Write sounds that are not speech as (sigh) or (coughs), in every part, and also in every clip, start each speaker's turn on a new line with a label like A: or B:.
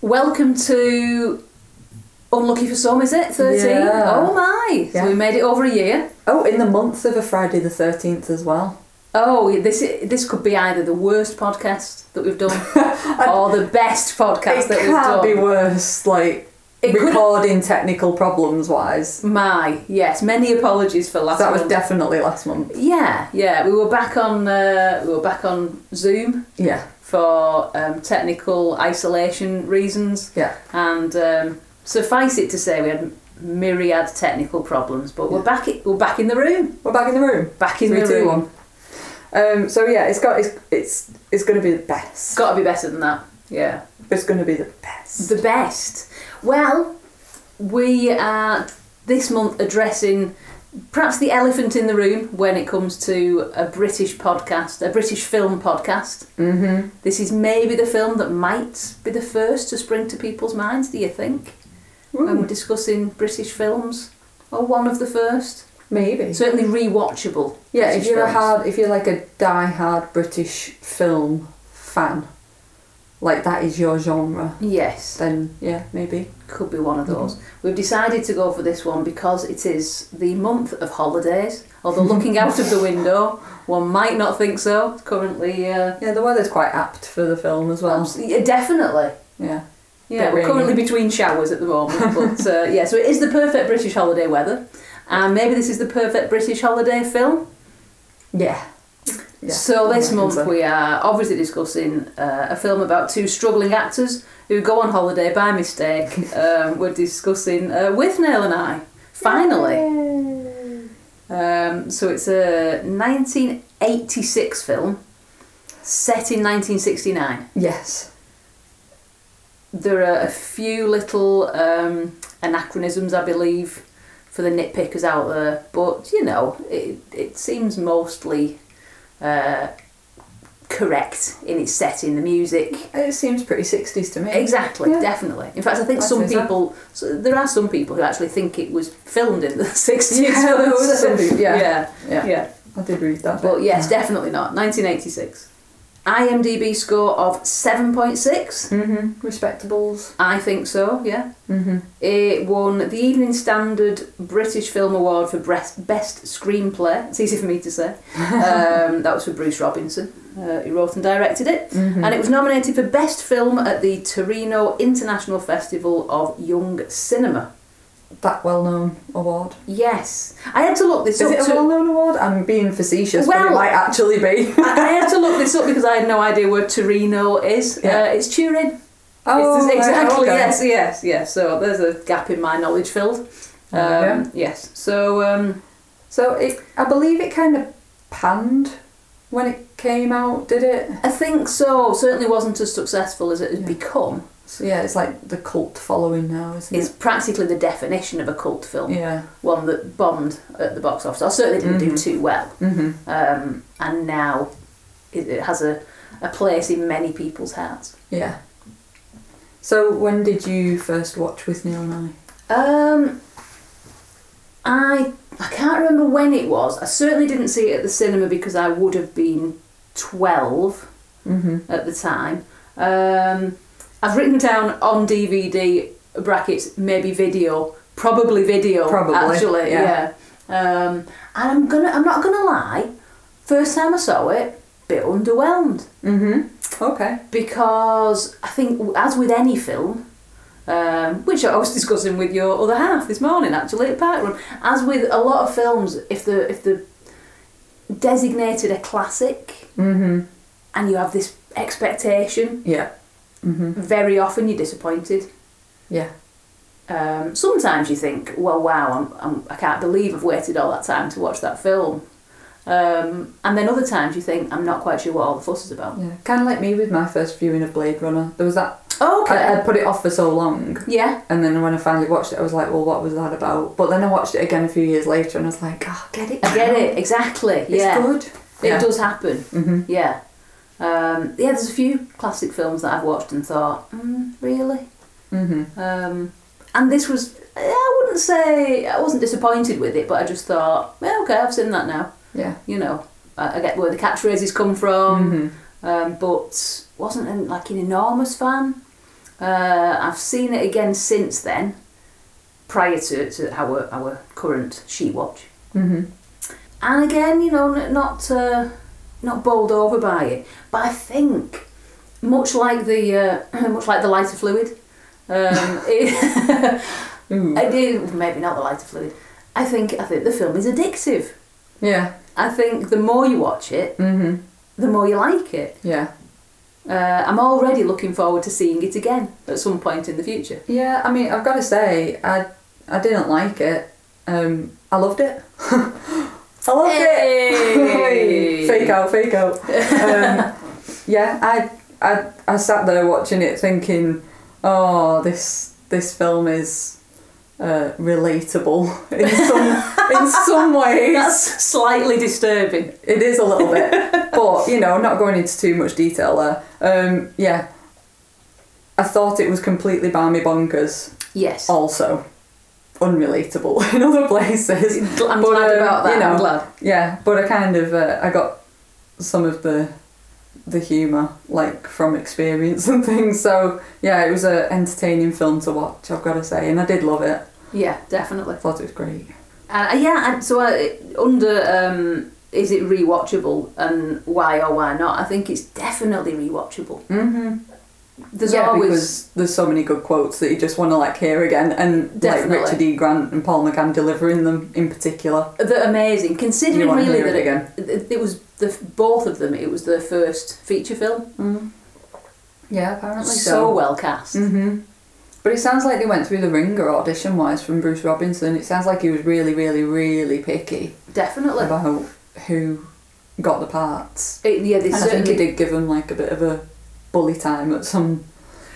A: Welcome to Unlucky for Some, is it? 13?
B: Yeah.
A: Oh my!
B: Yeah.
A: So we made it over a year.
B: Oh, in the month of a Friday the 13th as well.
A: Oh, yeah, this i- this could be either the worst podcast that
B: (laughs)
A: we've done or the best podcast
B: it
A: that we've
B: can't
A: done.
B: be worse, like,
A: It could-
B: recording technical problems wise.
A: My, yes, many apologies for last
B: That was
A: month.
B: definitely last month.
A: yeah, yeah, we were back on uh, we were back on Zoom
B: Yeah,
A: for um, technical isolation reasons,
B: yeah.
A: and um, suffice it to say, we had myriad technical problems, but we're back i- we're back in the room,
B: We're back in the room.
A: back in
B: Three,
A: the
B: two,
A: room.
B: one. Um, so yeah, it's got it's it's, it's going to be the best.
A: It's got to be better than that. Yeah.
B: It's going to be the best.
A: The best. Well, we are this month addressing perhaps the elephant in the room when it comes to a British podcast, a British film podcast.
B: Mm-hmm.
A: This is maybe the film that might be the first to spring to people's minds, do you think? When we're discussing British films, or one of the first.
B: Maybe.
A: Certainly rewatchable.
B: yeah, if
A: British
B: you're a
A: films.
B: hard, if you're like a die-hard British film fan, like that is your genre,
A: Yes,
B: then yeah, maybe.
A: could be one of
B: Mm-hmm.
A: those. We've decided to go for this one because it is the month of holidays. Although looking out of the window, one might not think so. Currently, uh,
B: Yeah, the weather's quite apt for the film as well.
A: abs- yeah, definitely.
B: Yeah.
A: Yeah,
B: Bit
A: we're
B: rainy.
A: currently between showers at the
B: (laughs)
A: moment, but uh, yeah, so it is the perfect British holiday weather, and maybe this is the perfect British holiday film.
B: Yeah. Yeah,
A: so
B: I
A: this
B: reckon
A: month
B: so.
A: we are obviously discussing uh, a film about two struggling actors who go on holiday by mistake. um, we're discussing uh, with Nail and I finally. Um, so it's a 1986 film set in 1969.
B: Yes.
A: There are a few little um, anachronisms, I believe, for the nitpickers out there, but you know, it, it seems mostly uh, correct in its setting, the music.
B: It seems pretty 60s to me.
A: Exactly,
B: Yeah.
A: definitely. In fact, I think
B: I'd
A: some
B: say so.
A: people, so there are some people who actually think it was filmed in the (laughs) 60s.
B: Yeah, (laughs) there was some people- yeah.
A: yeah,
B: Yeah.
A: yeah.
B: I did read that.
A: But
B: bit.
A: yes, definitely not. 1986. IMDb score of 7.6.
B: Mhm. Respectables.
A: I think so, yeah.
B: Mhm.
A: It won the Evening Standard British Film Award for Best, best Screenplay. It's easy for me to say.
B: (laughs)
A: um, that was for Bruce Robinson, uh, who wrote and directed it.
B: Mhm.
A: And it was nominated for Best Film at the Torino International Festival of Young Cinema.
B: that well-known award.
A: Yes. I had to look this
B: Is
A: up.
B: it a
A: to-
B: well-known award? I'm being facetious, but
A: Well-
B: it might actually
A: (laughs)
B: be. (laughs)
A: I I had to look this up because I had no idea where Torino is.
B: (laughs) Yeah.
A: Uh, it's Turin.
B: Oh, right,
A: it's exactly.
B: okay.
A: Yes, yes, yes. So there's a gap in my knowledge filled. Um,
B: Yeah.
A: Yes. So um,
B: So it, I believe it kind of panned when it came out, did it?
A: I think so. Certainly wasn't as successful as it had
B: Yeah.
A: become.
B: So yeah, it's like the cult following now, isn't
A: It's practically the definition of a cult
B: it?
A: film.
B: Yeah.
A: One that bombed at the box office. I certainly didn't do
B: Mhm.
A: too well.
B: Mm-hmm.
A: Um, and now it, it has a, a place in many people's hearts.
B: Yeah. So when did you first watch with Neil and I?
A: Um, I I can't remember when it was. I certainly didn't see it at the cinema because I would have been twelve
B: Mm-hmm.
A: at the time. Um, I've written down on DVD brackets maybe video, probably video.
B: Probably,
A: actually,
B: yeah.
A: yeah. Um, and I'm gonna I'm not gonna lie. First time I saw it, bit underwhelmed
B: Mm-hmm. Okay.
A: because I think, as with any film, um, which I was (laughs) discussing with your other half this morning, actually at Park Run, as with a lot of films, if the if the designated a classic
B: Mm-hmm.
A: and you have this expectation,
B: Yeah. Mm-hmm.
A: very often you're disappointed.
B: Yeah.
A: Um, sometimes you think, well, wow, I'm, I'm, I can't believe I've waited all that time to watch that film. Um, and then other times you think, I'm not quite sure what all the fuss is about.
B: Yeah. Kind of like me with my first viewing of Blade Runner. There was that. I, I put it off for so long.
A: yeah.
B: And then when I finally watched it, I was like, well, what was that about? But then I watched it again a few years later and I was like, oh, get it.
A: I get it, exactly.
B: It's
A: yeah.
B: good.
A: It
B: Yeah.
A: does happen.
B: Mm-hmm.
A: Yeah. Um, yeah, there's a few classic films that I've watched and thought, mm, really?
B: Mm-hmm.
A: Um, and this was, eh, I wouldn't say, I wasn't disappointed with it, but I just thought, yeah, okay, I've seen that now,
B: Yeah.
A: you know. I I get where the catchphrases come from,
B: Mhm.
A: um, but wasn't an, like an enormous fan. Uh, I've seen it again since then, prior to, to our our current She Watch,
B: Mhm.
A: and again, you know, n- not uh, not bowled over by it, but I think much like the uh, (clears throat) much like the lighter fluid, um, (laughs) it,
B: Ooh.
A: I do maybe not the lighter fluid. I think I think the film is addictive.
B: Yeah.
A: I think the more you watch it,
B: Mhm.
A: the more you like it.
B: Yeah.
A: Uh, I'm already looking forward to seeing it again at some point in the future.
B: Yeah, I mean, I've got to say, I I didn't like it. Um, I loved it. (laughs) I loved
A: Hey!
B: it. (laughs) fake out, fake out. um, yeah, I, I I sat there watching it, thinking, oh, this this film is uh, relatable (laughs) in some in some ways.
A: That's slightly disturbing.
B: It is a
A: (laughs)
B: little bit, but you know, not going into too much detail there. Um, yeah, I thought it was completely balmy bonkers
A: Yes.
B: Oh, also unrelatable (laughs) in other places.
A: Gl- I'm
B: But,
A: glad
B: um,
A: about that.
B: you
A: I'm
B: know.
A: glad.
B: Yeah, but I kind of uh, I got some of the the humour like from experience and things. So yeah, it was a entertaining film to watch. I've got to say, and I did love it.
A: Yeah, definitely.
B: I thought it was great.
A: Uh, yeah, and so uh, under um, is it rewatchable and why or why not? I think it's definitely rewatchable.
B: Mm-hmm.
A: There's
B: yeah,
A: always
B: because there's so many good quotes that you just want to like hear again, and
A: Definitely.
B: like Richard E. Grant and Paul McGann delivering them in particular.
A: they're amazing.
B: you
A: Considering
B: want to
A: really
B: hear
A: that it,
B: it again.
A: it, it was the both of them. It was their first feature film.
B: Mm. Yeah, apparently
A: So well cast.
B: hmm But it sounds like they went through the ringer audition wise from Bruce Robinson. It sounds like he was really, really, really picky
A: Definitely.
B: about who got the parts.
A: It- yeah, they
B: And I think
A: certainly
B: he did give him like a bit of a bully time at some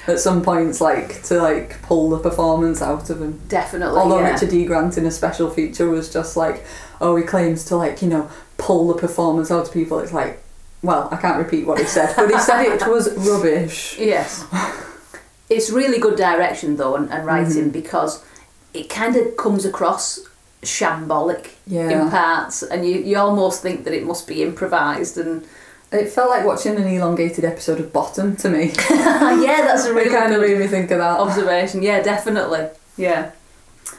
B: at some points, like to like pull the performance out of him.
A: Definitely.
B: Although
A: yeah.
B: Richard E. Grant in a special feature was just like, oh, he claims to like you know pull the performance out of people. It's like, well, I can't repeat what he said, but he said it was rubbish.
A: Yes. (laughs) it's really good direction though and, and writing because it kind of comes across shambolic in
B: Yeah.
A: parts and you, you almost think that it must be improvised and
B: It felt like watching an elongated episode of Bottom to me.
A: (laughs)
B: (laughs)
A: yeah that's (laughs) a
B: it
A: really
B: kind
A: good
B: of made me think of that.
A: observation yeah definitely yeah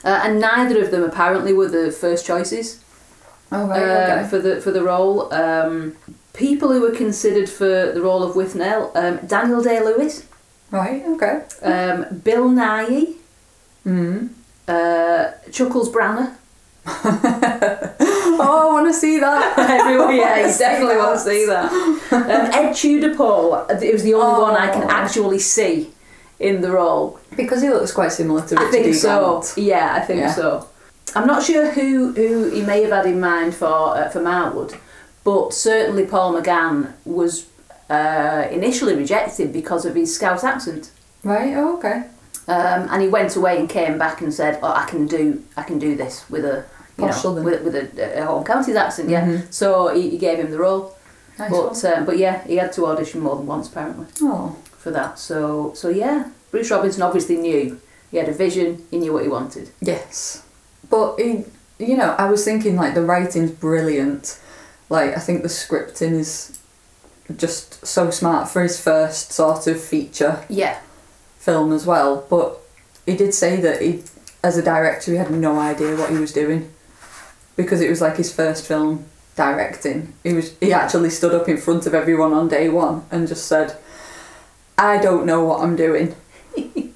A: uh, and neither of them apparently were the first choices
B: Oh,
A: uh, for the for the role um, people who were considered for the role of Withnell um, Daniel Day-Lewis
B: Right, okay.
A: um, Bill Nye
B: Mm.
A: uh, Chuckles Branner
B: oh, I want to see (laughs)
A: (laughs)
B: that.
A: Everyone, yeah, you
B: Yes,
A: definitely
B: yes.
A: want to see
B: (laughs)
A: that. Um, Ed Tudor Paul, it was the only one I can
B: Oh.
A: actually see in the role.
B: Because he looks quite similar to Richard
A: I think
B: E.
A: so.
B: Grant.
A: Yeah, I think
B: Yeah.
A: so. I'm not sure who who he may have had in mind for uh, for Marwood, but certainly Paul McGann was uh, initially rejected because of his Scouse accent.
B: Right, oh, okay.
A: Um, and he went away and came back and said, "Oh, I can do, I can do this with a, you
B: Posh
A: know,
B: Southern.
A: with, with a, a home counties accent." Yeah.
B: Mhm.
A: So he, he gave him the role.
B: Nice
A: But um, but yeah, he had to audition more than once apparently
B: one.
A: for that. So so yeah, Bruce Robinson obviously knew he had a vision. He knew what he wanted.
B: Oh, yes. But, he, you know, I was thinking, like, the writing's brilliant. Like, I think the scripting is just so smart for his first sort of feature.
A: Yeah,
B: film as well, but he did say that he, as a director, he had no idea what he was doing because it was like his first film directing. He was he actually stood up in front of everyone on day one and just said, "I don't know what I'm (laughs) doing,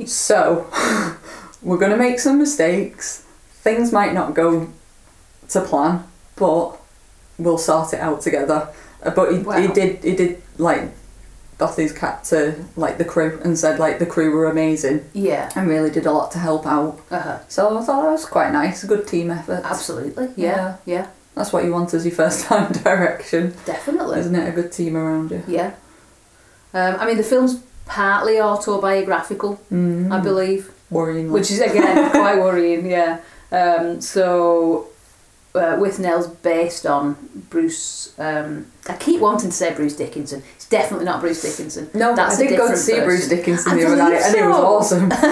B: so (laughs) we're gonna make some mistakes. Things might not go to plan, but we'll sort it out together." Uh, But he, he
A: Wow.
B: did he did like off his cat to like the crew and said like the crew were amazing
A: yeah,
B: and really did a lot to help out.
A: uh-huh.
B: So I thought that was quite nice, a good team effort.
A: absolutely. Yeah, yeah,
B: That's what you want as your first (laughs) time direction,
A: definitely.
B: isn't it? A good team around you.
A: Yeah. Um, I mean, the film's partly autobiographical,
B: Mm.
A: I believe,
B: Worryingly.
A: which is
B: (laughs)
A: again quite worrying. Yeah. Um, so. Uh, with Nell's based on Bruce. Um, I keep wanting to say Bruce Dickinson. It's definitely not Bruce Dickinson.
B: no,
A: that's
B: I
A: a
B: did go to
A: different
B: see Bruce
A: person.
B: Dickinson
A: I
B: the other night,
A: believe
B: and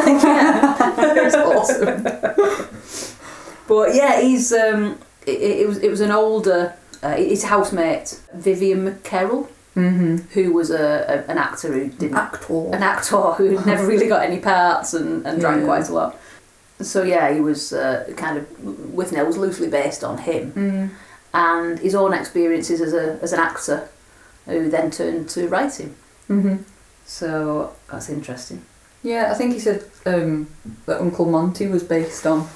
B: it was
A: so. (laughs)
B: awesome. it was awesome.
A: But yeah, he's um, it, it it was it was an older uh, his housemate Vivian McCarroll,
B: Mm-hmm.
A: who was a, a an actor who didn't
B: Ah. Actor.
A: an actor who had never really got any parts and, and drank
B: Yeah.
A: quite a lot. So yeah, he was uh, kind of Withnail was loosely based on him
B: Mm.
A: and his own experiences as a as an actor, who then turned to writing.
B: Mm-hmm.
A: So that's interesting.
B: Yeah, I think he said um, that Uncle Monty was based on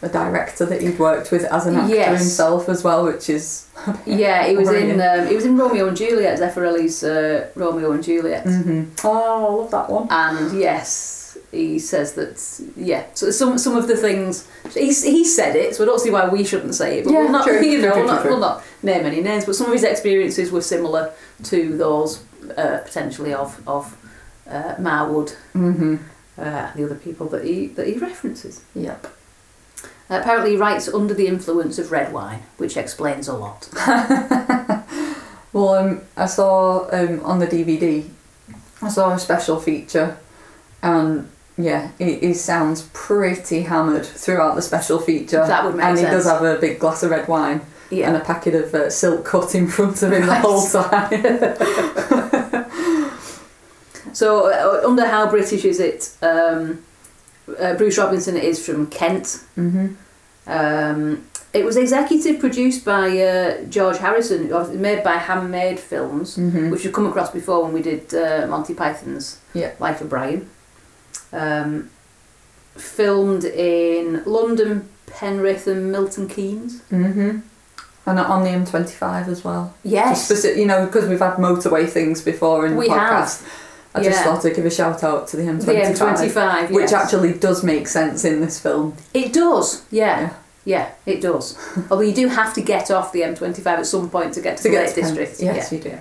B: a director that he'd worked with as an actor
A: Yes.
B: himself as well, which is
A: Yeah, he was in
B: Brilliant.
A: um, he was in Romeo and Juliet, Zeffirelli's uh, Romeo and Juliet,
B: hmm oh, I love that one.
A: and yes, he says that yeah. So some some of the things he he said it, so I don't see why we shouldn't say it. But
B: Yeah,
A: we'll not
B: true,
A: (laughs) you know we'll,
B: true, true,
A: not,
B: true.
A: we'll not name any names, but some of his experiences were similar to those uh, potentially of of uh, Marwood,
B: Mm-hmm.
A: uh, the other people that he that he references.
B: Yep.
A: Apparently, he writes under the influence of red wine, which explains a lot.
B: (laughs) Well, um, I saw um, on the DVD, I saw a special feature, and yeah, he, he sounds pretty hammered throughout the special feature.
A: That would make
B: And he
A: sense.
B: does have a big glass of red wine and a
A: Yeah,
B: packet of uh, silk cut in front of him the
A: Right.
B: whole time. (laughs)
A: so uh, under how British is it? Um, uh, Bruce Robinson is from Kent,
B: mm-hmm.
A: Um, it was executive produced by uh, George Harrison, who was made by Handmade Films,
B: Mm-hmm.
A: which we've come across before when we did uh, Monty Python's
B: Yeah.
A: Life of Brian. Um, filmed in London, Penrith, and Milton Keynes.
B: Mm-hmm. And on the M25 as well. Just
A: Yes.
B: speci- you know, because we've had motorway things before in
A: We
B: the
A: have.
B: podcast. I just
A: Yeah.
B: thought to give a shout out to the
A: the
B: M25,
A: M25,
B: which
A: yes.
B: actually does make sense in this film.
A: It does,
B: Yeah.
A: yeah. Yeah, it
B: (laughs)
A: does. Although you do have to get off the M25 at some point to get to, the Lake
B: Pen-
A: District.
B: Yes, you do.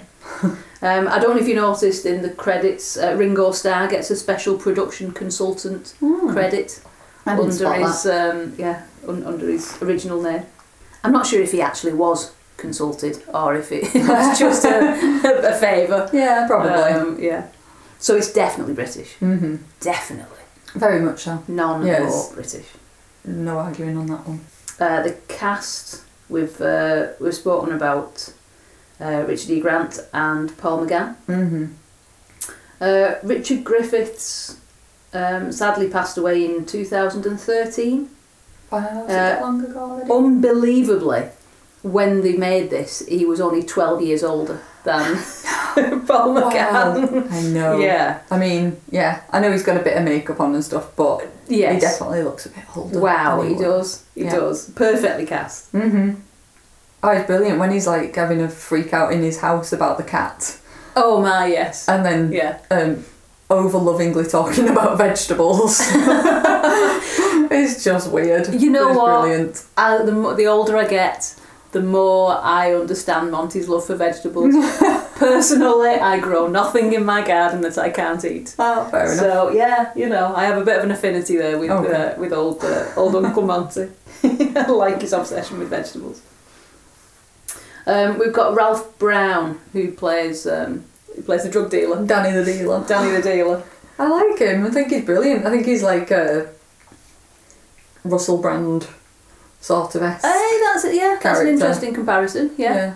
A: Um, I don't know if you noticed in the credits, uh, Ringo Starr gets a special production consultant credit
B: Hmm. I didn't
A: under
B: spot
A: his um, yeah un- under his original name. I'm not sure if he actually was consulted or if it (laughs)
B: (laughs)
A: was just a, a favour.
B: Yeah, probably.
A: Um, yeah. So it's definitely British.
B: mm-hmm.
A: Definitely
B: Very much so.
A: non-war
B: Yes.
A: British.
B: No arguing on that one.
A: Uh, the cast we've uh, we've spoken about uh, Richard E. Grant and Paul McGann.
B: Mm-hmm.
A: Uh, Richard Griffiths um, sadly passed away in 2013.
B: Wow, was it
A: Uh,
B: that long ago already?
A: Unbelievably, when they made this, he was only 12 years older than (laughs) Paul McGann.
B: Wow. I know.
A: Yeah,
B: I mean, yeah. I know he's got a bit of makeup on and stuff, but he
A: yes.
B: definitely looks a bit older.
A: Wow,
B: than
A: he
B: would.
A: does. He
B: Yeah.
A: does. Perfectly cast.
B: Mm-hmm. Oh, it's brilliant when he's like having a freak out in his house about the cat,
A: Oh my, yes.
B: and then
A: yeah.
B: um, over lovingly talking about (laughs) vegetables. it's just weird.
A: You know
B: It's
A: what?
B: Brilliant.
A: I, the, mo- the older I get, the more I understand Monty's love for
B: (laughs)
A: vegetables. Personally, I grow nothing in my garden that I can't eat.
B: Oh, fair enough.
A: So yeah, you know, I have a bit of an affinity there with
B: Okay.
A: uh, with old uh, old Uncle Monty. (laughs) I like his obsession with vegetables. Um, we've got Ralph Brown who plays um, who plays the drug dealer,
B: Danny the dealer.
A: (laughs) Danny the dealer.
B: I like him. I think he's brilliant. I think he's like a Russell Brand sort of s.
A: Hey, that's it. Yeah, that's an
B: Character.
A: interesting comparison. Oh, Yeah,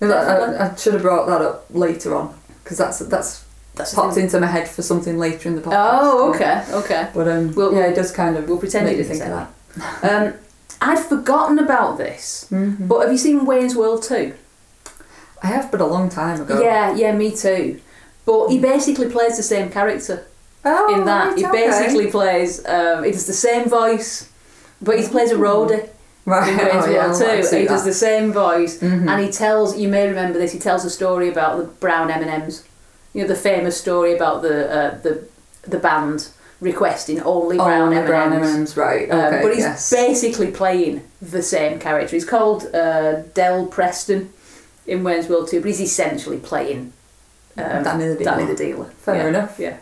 B: No, that-
A: Definitely.
B: I, I should have brought that up later on because that's that's
A: that's the
B: popped
A: thing.
B: into my head for something later in the podcast.
A: Oh, okay, okay.
B: But um,
A: We'll-
B: yeah, it does kind of
A: We'll pretend
B: make
A: you
B: you
A: didn't
B: think
A: say
B: of
A: that.
B: that.
A: Um, I'd forgotten about this,
B: Mm-hmm.
A: but have you seen Wayne's World too?
B: I have, but a long time ago.
A: Yeah, yeah, me too. But he basically plays the same character.
B: Oh,
A: in that.
B: right,
A: he
B: okay.
A: basically plays. Um, it's the same voice, but he plays a
B: (laughs)
A: roadie
B: right.
A: in Wayne's
B: oh, yeah,
A: World
B: I like to
A: too.
B: see
A: He does
B: that.
A: the same voice,
B: Mhm.
A: and he tells. You may remember this. He tells a story about the brown M and M's. You know the famous story about the uh, the the band requesting only
B: Oh,
A: brown
B: the
A: M
B: brown
A: and M's. Um,
B: M&Ms, right? okay,
A: but he's
B: yes.
A: basically playing the same character. He's called uh, Del Preston in Wayne's World 2, but he's essentially playing um,
B: Danny the Dealer.
A: Danny the Dealer.
B: Fair
A: Yeah.
B: enough.
A: Yeah.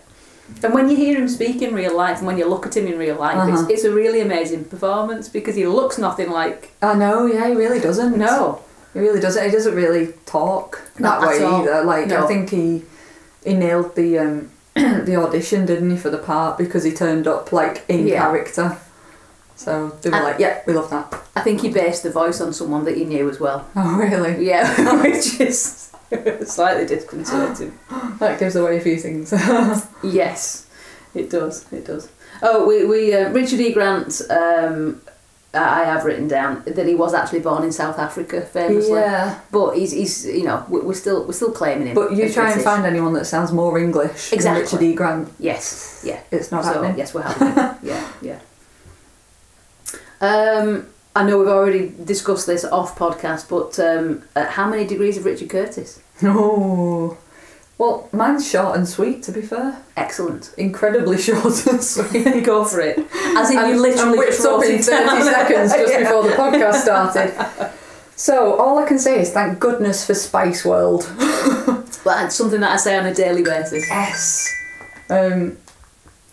A: And when you hear him speak in real life and when you look at him in real life,
B: Uh-huh.
A: it's, it's a really amazing performance because he looks nothing like.
B: I know. Yeah, he really doesn't.
A: No.
B: he really doesn't. He doesn't really talk
A: Not
B: that
A: at
B: way
A: all.
B: either. Like
A: No.
B: I think he he nailed (clears throat) the um the audition, didn't he, for the part because he turned up like in
A: Yeah.
B: character. So they were
A: And-
B: like, yeah, we love that. (laughs)
A: I think he based the voice on someone that he knew as well.
B: Oh, really?
A: Yeah, (laughs) which is slightly disconcerting.
B: That gives away a few things. (laughs)
A: Yes, it does. It does. Oh, we, we uh, Richard E. Grant. Um, I I have written down that he was actually born in South Africa, famously.
B: yeah.
A: But he's, he's you know we- we're still we're still claiming him.
B: But you
A: as
B: try and
A: British.
B: find anyone that sounds more English
A: Exactly.
B: than Richard E. Grant.
A: yes, yeah.
B: It's not
A: so
B: happening.
A: yes, we're
B: (laughs)
A: happy. yeah, yeah. Um, I know we've already discussed this off podcast, but um, uh, how many degrees of Richard Curtis?
B: (laughs) No. Oh. Well, mine's short and sweet, to be fair.
A: Excellent.
B: Incredibly (laughs) short and sweet. (laughs)
A: Go for it. As in,
B: And-
A: you
B: and
A: literally
B: whipped
A: just
B: up
A: wrote
B: in 30
A: it down.
B: seconds (laughs)
A: (laughs)
B: just
A: Yeah.
B: before the podcast started. So, all I can say is thank goodness for Spice World.
A: Well, it's something that I say on a daily basis.
B: Yes. Um,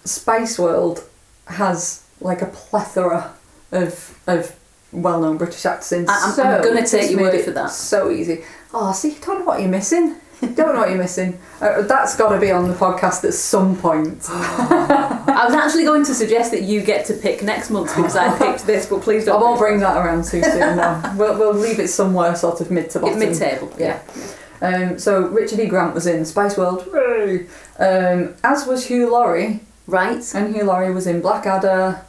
B: Spice World has like a plethora of of well known British actors in.
A: I- I'm-
B: so
A: I'm gonna take
B: it's
A: your word
B: made
A: for
B: it
A: that.
B: So easy. Oh, see, you don't know what you're missing. You don't know what you're missing. Uh, that's got to be on the podcast at some point.
A: I was actually going to suggest that you get to pick next month because
B: (laughs)
A: I picked this, but please (gasps)
B: I
A: don't.
B: won't bring that around too
A: (laughs)
B: soon. No. we'll, we'll leave it somewhere sort of mid to bottom.
A: mid table.
B: Yeah. Um, so Richard E. Grant was in Spice World, Woo! um, as was Hugh Laurie,
A: Right.
B: and Hugh Laurie was in Blackadder,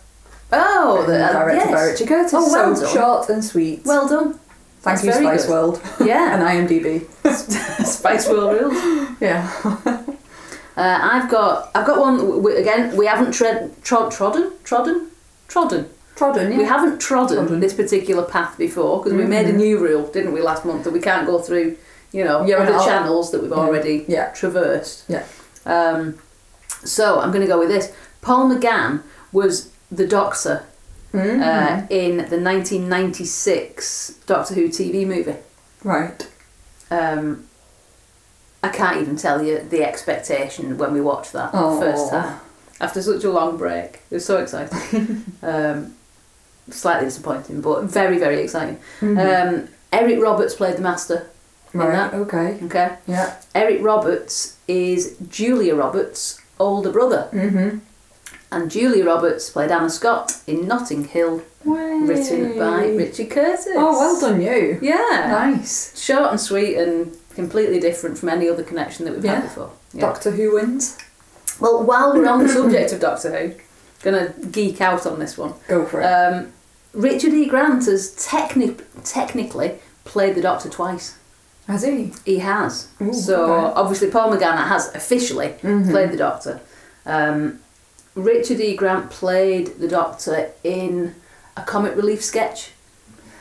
A: Oh, the,
B: and directed by
A: yes.
B: Richard Curtis.
A: Oh, well
B: so
A: done.
B: short and sweet.
A: Well done.
B: Thank
A: that's
B: you,
A: very
B: Spice
A: good.
B: World
A: Yeah.
B: (laughs)
A: (laughs)
B: and IMDb.
A: Spice World rules.
B: Yeah.
A: Uh, I've got I've got one w- w- again. We haven't tread trod trodden trodden trodden.
B: Trodden,
A: We
B: yeah.
A: haven't trodden,
B: Trodden. Mm-hmm.
A: this particular path before because we made a new rule, didn't we, last month that we can't go through, you know,
B: Yeah, we're
A: the
B: not-
A: channels that we've already
B: Yeah.
A: traversed.
B: Yeah.
A: Um, so I'm going to go with this. Paul McGann was the Doctor uh,
B: Mm-hmm.
A: in the 1996 Doctor Who TV movie.
B: Mm-hmm. Right.
A: Um, I can't even tell you the expectation when we watched that
B: Oh.
A: first time. After such a long break, it was so exciting.
B: (laughs)
A: um, slightly disappointing, but very, very exciting. Um, Eric Roberts played the Master. in
B: Mm-hmm. Right.
A: that.
B: Okay.
A: Okay.
B: Yeah.
A: Eric Roberts is Julia Roberts' older brother.
B: Mm-hmm.
A: And Julia Roberts played Anna Scott in Notting Hill, written by Richard Curtis.
B: Oh, well done, you.
A: Yeah.
B: Nice.
A: Short and sweet and completely different from any other connection that we've
B: Yeah.
A: had before. Yeah.
B: Doctor Who wins.
A: well, while we're (coughs) on the subject of Doctor Who, gonna geek out on this one.
B: Go for it.
A: Um, Richard E. Grant has techni- technically played the Doctor twice.
B: Has he?
A: He has.
B: Ooh,
A: so
B: okay. Mm-hmm.
A: obviously Paul McGann has officially played the Doctor. Um, Richard E. Grant played the Doctor in a comic relief sketch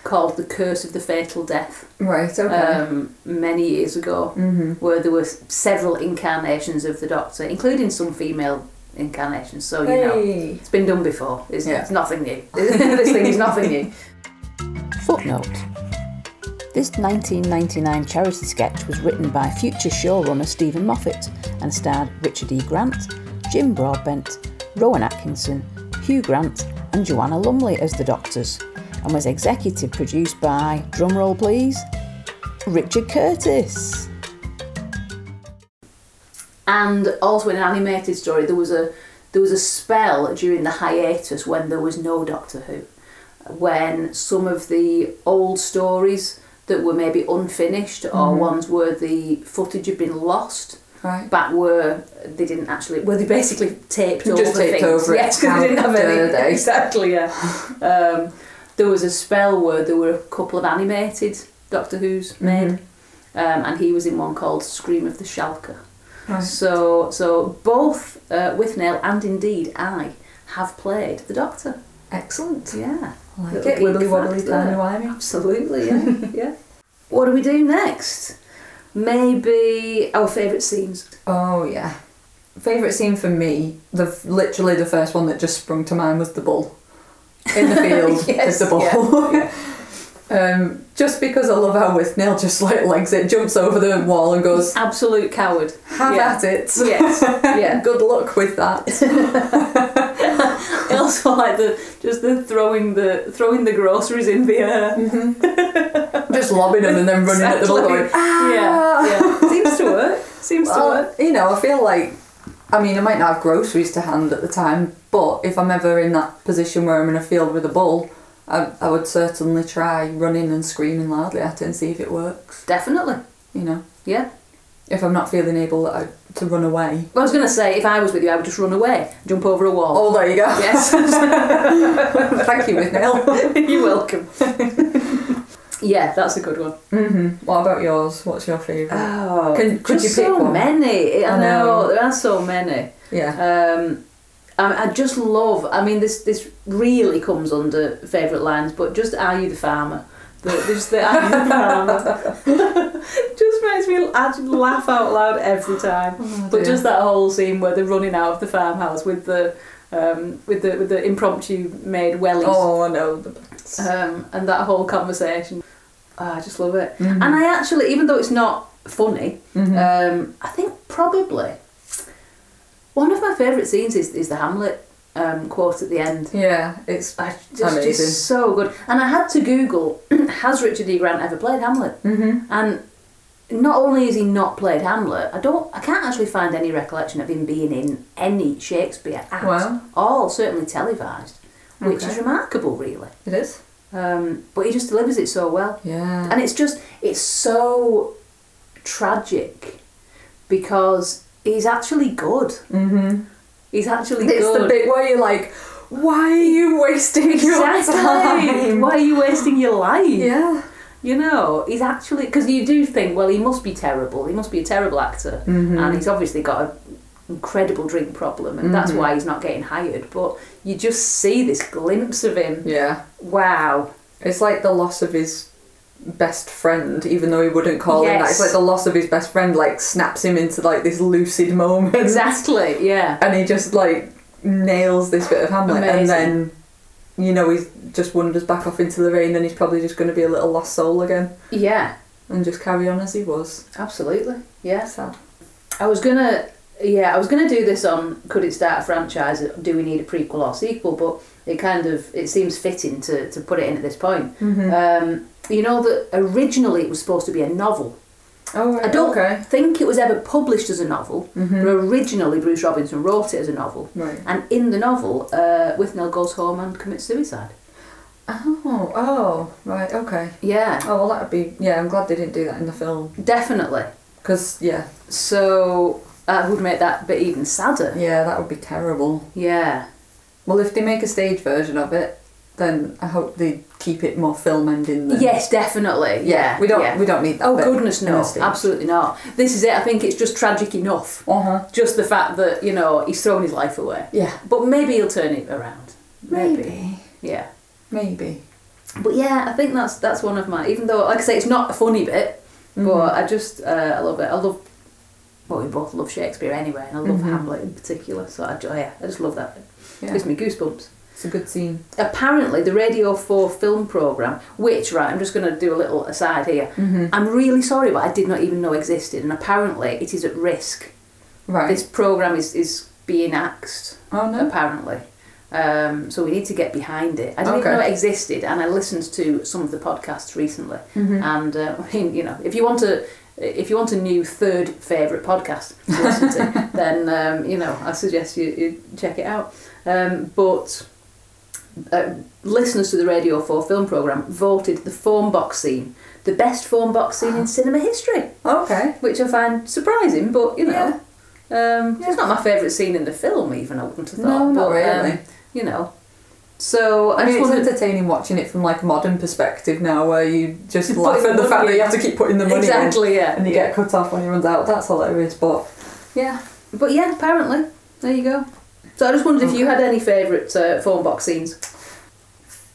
A: called "The Curse of the Fatal Death"
B: Right. Okay. Mm-hmm.
A: um, many years ago, where there were several incarnations of the Doctor, including some female incarnations. So you know.
B: hey.
A: It's been done before. It's,
B: Yeah.
A: it's nothing new. (laughs) this thing is nothing new. Footnote. This 1999 charity sketch was written by future showrunner Stephen Moffat and starred Richard E. Grant, Jim Broadbent, Rowan Atkinson, Hugh Grant, and Joanna Lumley as the Doctors, and was executive produced by, drumroll please, Richard Curtis. And also in an animated story, there was a there was a spell during the hiatus when there was no Doctor Who, when some of the old stories that were maybe unfinished or ones where the footage had been lost.
B: Right.
A: Back where they didn't actually, where they basically taped over
B: Just taped
A: things.
B: over it.
A: Yes, 'cause
B: How
A: they didn't have
B: dare
A: any. (laughs)
B: they.
A: Exactly,
B: (laughs)
A: yeah. um, there was a spell where there were a couple of animated Doctor Who's
B: Mm-hmm.
A: made, um, and he was in one called Scream of the Shalka.
B: Right.
A: So, so both uh, Withnail and indeed I have played the Doctor.
B: Excellent.
A: Yeah,
B: I like
A: Little
B: it. Wibbly
A: geek
B: wobbly,
A: fact
B: timey
A: there.
B: wimey.
A: absolutely.
B: (laughs)
A: Yeah, yeah. What do we do next? Maybe our favourite scenes.
B: Oh yeah. Favorite scene for me, the f- literally the first one that just sprung to mind was the bull in the
A: (laughs)
B: field.
A: Yes,
B: with the bull. (laughs) um, just because I love how Withnail just like legs it, jumps over the wall and goes,
A: Absolute coward.
B: "Have
A: yeah.
B: at it." (laughs)
A: Yes. Yeah.
B: Good luck with that.
A: I (laughs) also like the just the throwing the throwing the groceries in the uh, air.
B: just lobbing them and then running at the bull.
A: Exactly.
B: Going, ah!
A: Yeah. yeah. Seems to work. Seems to work.
B: Well, you know, I feel like I mean, I might not have groceries to hand at the time, but if I'm ever in that position where I'm in a field with a bull, I, I would certainly try running and screaming loudly at it and see if it works.
A: Definitely.
B: You know,
A: Yeah.
B: if I'm not feeling able I, to run away.
A: Well, I was going to say, if I was with you, I would just run away, jump over a wall.
B: Oh, there you go.
A: Yes.
B: (laughs) Thank you, with nail.
A: (laughs) You're welcome. yeah, that's a good one.
B: Mm-hmm. What about yours? What's your favourite?
A: Oh,
B: Can- could
A: just
B: you pick
A: so
B: one?
A: many. I
B: I
A: know
B: know.
A: there are so many.
B: Yeah.
A: Um, I, I just love. I mean, this this really comes under favourite lines, but just are you the farmer? The, just the are you the farmer? (laughs) just makes me I just laugh out loud every time.
B: Oh,
A: But just that whole scene where they're running out of the farmhouse with the um, with the with the impromptu made wellies,
B: Oh, I know. The best.
A: um, and that whole conversation. Ah, I just love it.
B: Mhm.
A: And I actually, even though it's not funny,
B: Mhm.
A: um, I think probably one of my favourite scenes is, is the Hamlet um, quote at the end.
B: yeah, it's.
A: I just,
B: Amazing.
A: just so good. And I had to Google (clears throat) has Richard E. Grant ever played Hamlet?
B: Mm-hmm.
A: And not only is he not played Hamlet, I don't, I can't actually find any recollection of him being in any Shakespeare at
B: Wow.
A: all. Certainly televised, which
B: Okay.
A: is remarkable, really.
B: It is.
A: Um, but he just delivers it so well
B: Yeah.
A: and it's just it's so tragic because he's actually good
B: mm-hmm.
A: he's actually
B: It's
A: good
B: the bit (laughs) where you're like, why are you wasting your
A: exactly
B: time?
A: why are you wasting your life
B: Yeah.
A: you know he's actually because you do think well he must be terrible he must be a terrible actor
B: Mhm.
A: and he's obviously got an incredible drink problem and that's
B: Mm-hmm.
A: why he's not getting hired but you just see this glimpse of him
B: Yeah. (laughs)
A: wow
B: It's like the loss of his best friend, even though he wouldn't call him that.
A: Yes.
B: It's like the loss of his best friend, like, snaps him into, like, this lucid moment.
A: exactly yeah
B: And he just, like, nails this bit of Hamlet.
A: Amazing.
B: And then, you know, he just wanders back off into the rain and he's probably just going to be a little lost soul again
A: yeah
B: and just carry on as he was.
A: absolutely yeah
B: Sad.
A: I was gonna, yeah, I was gonna do this on could it start a franchise? Do we need a prequel or sequel? But it kind of it seems fitting to to put it in at this point.
B: Mm-hmm.
A: Um, you know that originally it was supposed to be a novel.
B: oh, right.
A: I don't
B: Okay. Mm-hmm.
A: think it was ever published as a novel, but originally Bruce Robinson wrote it as a novel.
B: Right.
A: And in the novel, uh, Withnell goes home and commits suicide.
B: Oh, oh, right, okay.
A: Yeah,
B: Oh, well, that'd be. Yeah, I'm glad they didn't do that in the film.
A: definitely.
B: Because, yeah,
A: So that would make that bit even sadder.
B: yeah, that would be terrible.
A: Yeah.
B: Well, if they make a stage version of it, then I hope they keep it more film ending than.
A: Yes, definitely. Yeah.
B: We don't
A: yeah.
B: we don't need that.
A: Oh
B: bit
A: goodness,
B: in the
A: no,
B: stage.
A: absolutely not. This is it. I think it's just tragic enough.
B: Uh-huh.
A: Just the fact that you know he's thrown his life away.
B: Yeah.
A: But maybe he'll turn it around.
B: Maybe.
A: Yeah.
B: Maybe.
A: But yeah, I think that's that's one of my. Even though, like I say, it's not a funny bit, but I just uh, I love it. I love. Well, we both love Shakespeare anyway, and I love Hamlet in particular. So I, ju- oh, yeah, I just love that. Bit.
B: Yeah.
A: Gives me goosebumps.
B: It's a good scene.
A: Apparently, the Radio 4 film programme, which, right, I'm just going to do a little aside here. I'm really sorry, but I did not even know existed, and apparently it is at risk
B: Right.
A: this program is, is being axed
B: oh no.
A: apparently um, so we need to get behind it i didn't even
B: Okay.
A: know it existed and i listened to some of the podcasts recently and uh, (laughs) I mean, you know if you want a if you want a new third favourite podcast to listen to,
B: (laughs)
A: then um, you know I suggest you, you check it out. Um, but uh, listeners to the Radio Four film program voted the phone box scene the best phone box scene
B: (gasps)
A: in cinema history
B: Uh, Okay.
A: which I find surprising, but you know, um,
B: Yeah.
A: it's not my favourite scene in the film. Even I wouldn't have thought.
B: No, not
A: but,
B: really.
A: Um, you know, so I,
B: I mean,
A: just
B: it's
A: wanted
B: entertaining watching it from like a modern perspective now, where you just
A: Just
B: laugh
A: putting
B: at
A: the
B: the fact
A: money
B: that you
A: in.
B: have to keep putting the money in,
A: exactly, yeah,
B: and you
A: yeah.
B: get cut off when it runs out. That's hilarious, but
A: yeah, but yeah, apparently there you go. So I just wondered if you had any favourite uh, phone box scenes.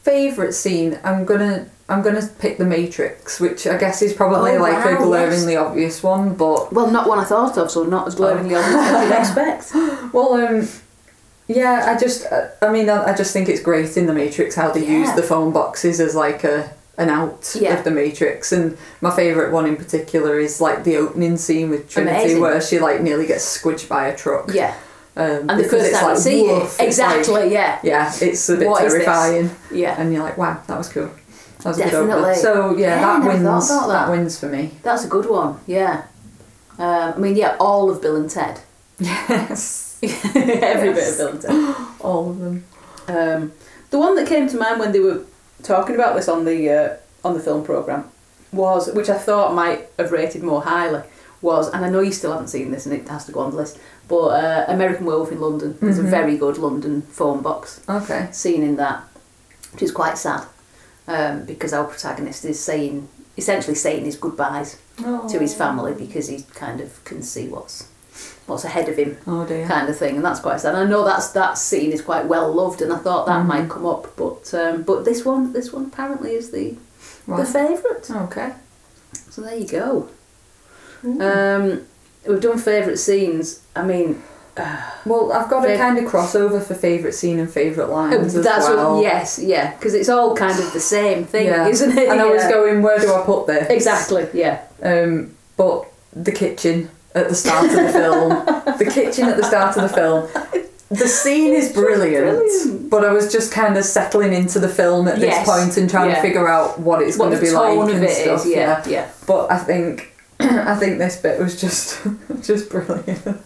B: favorite scene i'm gonna i'm gonna pick the matrix which i guess is probably
A: Oh,
B: like
A: wow,
B: a glaringly obvious one but
A: Well, not one I thought of, so not as
B: glaringly
A: obvious as you'd (laughs) expect.
B: well um yeah i just uh, i mean I, I just think it's great in the matrix how they
A: Yeah.
B: use the phone boxes as like a an out
A: Yeah.
B: of the matrix and my favorite one in particular is like the opening scene with trinity
A: Amazing.
B: where she like nearly gets squished by a truck
A: Yeah, and
B: um,
A: the
B: because
A: first
B: it's
A: time
B: like,
A: I see
B: woof, it's
A: it,
B: like-
A: exactly, yeah,
B: yeah it's a bit
A: What is this?
B: terrifying
A: yeah.
B: and you're like wow that was cool that was a good
A: Definitely.
B: opener. so yeah,
A: Yeah,
B: that
A: never
B: wins
A: thought about that.
B: that wins for me
A: That's a good one. Yeah, um, I mean, yeah, all of Bill and Ted.
B: Yes.
A: (laughs) (laughs) Every
B: Yes.
A: bit of Bill
B: All of them.
A: and Ted. Um, the one that came to mind when they were talking about this on the uh, on the film program was, which I thought might have rated more highly, was, and I know you still haven't seen this, and it has to go on the list, but uh, American Werewolf in London is a
B: Mhm.
A: very good London phone box
B: Okay.
A: scene in that, which is quite sad, um, because our protagonist is saying essentially saying his goodbyes to
B: Oh.
A: his family because he kind of can see what's what's ahead of him
B: Oh dear.
A: kind of thing, and that's quite sad. I know that's that scene is quite well loved, and I thought that
B: Mhm.
A: might come up, but um, but this one this one apparently is the the
B: Right.
A: favourite.
B: Okay.
A: So there you go. Um, we've done favourite scenes. I mean,
B: Well, I've got
A: fav- Oh,
B: a kind of crossover for favourite scene and favourite lines as
A: that's
B: well.
A: what, yes, yeah, because it's all kind of the same thing,
B: Yeah.
A: isn't it?
B: And I was
A: (laughs) Yeah.
B: going, where do I put this?
A: exactly, yeah.
B: Um, but the kitchen at the start of the film, the kitchen at the start of the film. The scene is brilliant,
A: brilliant.
B: but I was just kind of settling into the film at this
A: Yes,
B: point and trying
A: yeah.
B: to figure out what it's
A: what
B: going
A: the
B: to be
A: tone
B: like
A: of
B: and
A: it is,
B: stuff.
A: yeah, yeah.
B: but I think (clears throat) I think this bit was just (laughs) just brilliant.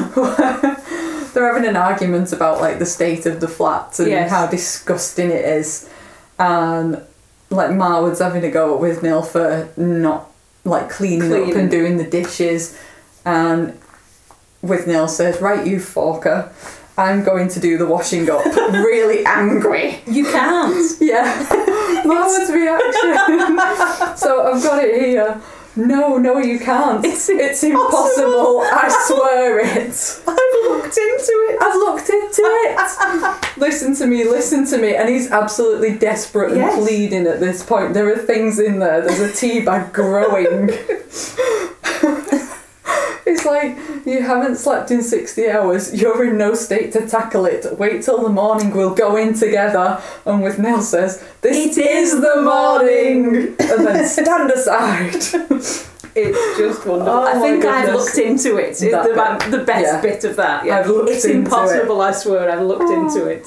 B: (laughs) They're having an argument about like the state of the flat and
A: Yes.
B: how disgusting it is, and like Marwood's having a go at Wisnil for not like cleaning, up
A: Cleaning.
B: and doing the dishes, and Wisnil says, "Right, you forker." I'm going to do the washing
A: (laughs)
B: up. really angry.
A: Eh, You can't.
B: (laughs) Yeah, Marwood's reaction. so I've got it here. No, no, you can't.
A: It's
B: It's impossible. I
A: (laughs)
B: swear it.
A: I've looked into it.
B: I've looked into it. listen to me, listen to me. And he's absolutely desperate and
A: Yes.
B: pleading at this point. There are things in there. There's a tea
A: (laughs)
B: bag growing. It's like you haven't slept in 60 hours, you're in no state to tackle it. Wait till the morning, we'll go in together. And with Neil says, This
A: It
B: is,
A: is the
B: the morning! and then stand aside.
A: It's just wonderful.
B: (gasps) Oh
A: I
B: my
A: think I've
B: goodness.
A: looked into it. It's
B: That
A: the, the best
B: Yeah.
A: bit of that. Yeah.
B: I've looked
A: it's
B: into it.
A: impossible, I swear. I've
B: (gasps)
A: looked into it.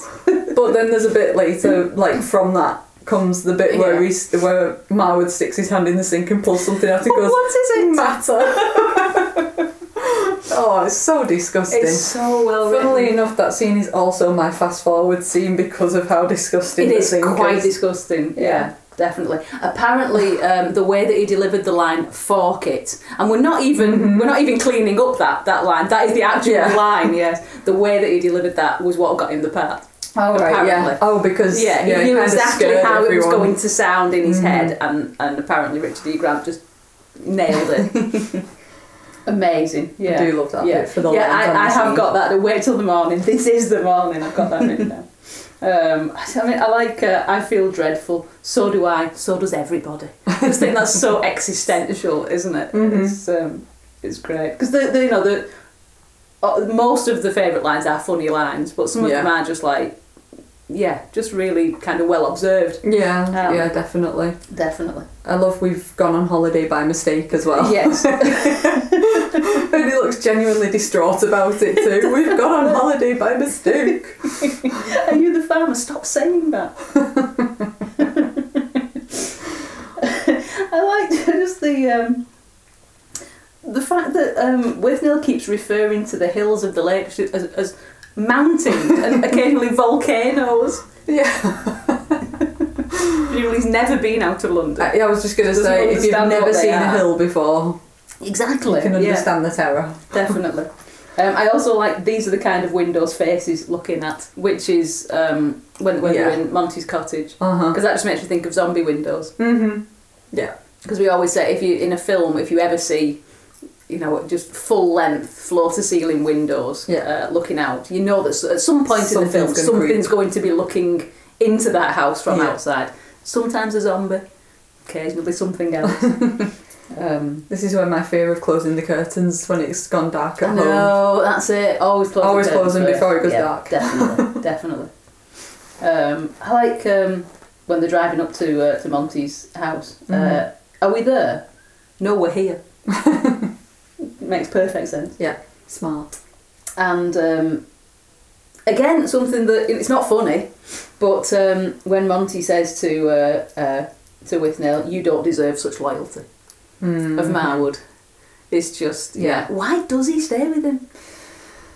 B: But then there's a bit later, like from that comes the bit where
A: Yeah.
B: he, where Marwood sticks his hand in the sink and pulls something out and
A: (laughs)
B: goes,
A: what is
B: Matter. (laughs) oh, it's so disgusting.
A: It's so well
B: Funnily
A: written.
B: enough, that scene is also my fast forward scene because of how disgusting
A: It
B: the
A: is
B: scene
A: quite
B: is.
A: disgusting. Yeah.
B: Yeah.
A: Definitely.
B: (laughs)
A: Apparently, um, the way that he delivered the line "fork it," and we're not even we're not even cleaning up that that line. That is the actual
B: Mm-hmm. Yeah.
A: line. Yes, the way that he delivered that was what got him the part.
B: Oh right,
A: apparently.
B: yeah. Oh, because
A: Yeah,
B: it
A: he Mm-hmm. knew
B: kinda
A: exactly
B: scared
A: how it was
B: everyone.
A: going to sound in his head, and, and apparently Richard E. Grant just nailed it. (laughs) Amazing. Yeah.
B: I do love that
A: yeah.
B: bit for the
A: yeah,
B: lines on
A: I, I
B: the
A: have
B: scene.
A: got that. Wait till the morning. (laughs) This is the morning. I've got that written down. Um, I mean, I like. Uh, I feel dreadful. So do I. So does everybody. I just think that's
B: (laughs)
A: so existential, isn't it?
B: Mhm.
A: It's um, it's great because the, the you know the uh, most of the favourite lines are funny lines, but some of
B: Yeah.
A: them are just like yeah, just really kind of well observed.
B: Yeah,
A: Um,
B: yeah, definitely.
A: Definitely.
B: I love we've gone on holiday by mistake as well.
A: Yes.
B: (laughs) and he looks genuinely distraught about it
A: (laughs)
B: too. we've gone on holiday by mistake. (laughs)
A: Are you the farmer? Stop saying that. (laughs) I like just the um, the fact that um, Withnell keeps referring to the hills of the lake as, as mountains and (laughs) occasionally volcanoes.
B: Yeah,
A: Presumably he's never been out of London.
B: Uh, I, I was just gonna
A: Doesn't
B: say if you've
A: understand
B: never
A: what they
B: seen
A: are.
B: a hill before,
A: Exactly.
B: you can
A: yeah,
B: understand the terror.
A: definitely. Um, I also like these are the kind of windows faces looking at, which is um, when when
B: Yeah.
A: they're in Monty's cottage
B: Uh huh.
A: because that just makes you think of zombie windows.
B: Mhm. Yeah.
A: because we always say if you in a film if you ever see you know just full length floor to ceiling windows
B: Yeah.
A: uh, looking out you know that s- at some point in the
B: Something's
A: film
B: gonna
A: something's going to be looking into that house from
B: Yeah.
A: outside sometimes a zombie occasionally something else
B: (laughs)
A: um
B: This is where my fear of closing the curtains when it's gone dark at home.
A: no that's it always close
B: Always
A: the curtains
B: close them
A: first.
B: before it goes
A: Yeah,
B: dark. (laughs)
A: definitely definitely um, I like um, when they're driving up to uh, to Monty's house. Uh,
B: Mhm.
A: are we there? No, we're here. (laughs) Makes perfect sense.
B: Smart.
A: And um, again, something that it's not funny, but um, when Monty says to uh, uh, to Withnail, "You don't deserve such loyalty,"
B: Mm.
A: of Marwood, it's just yeah. Why does he stay with him?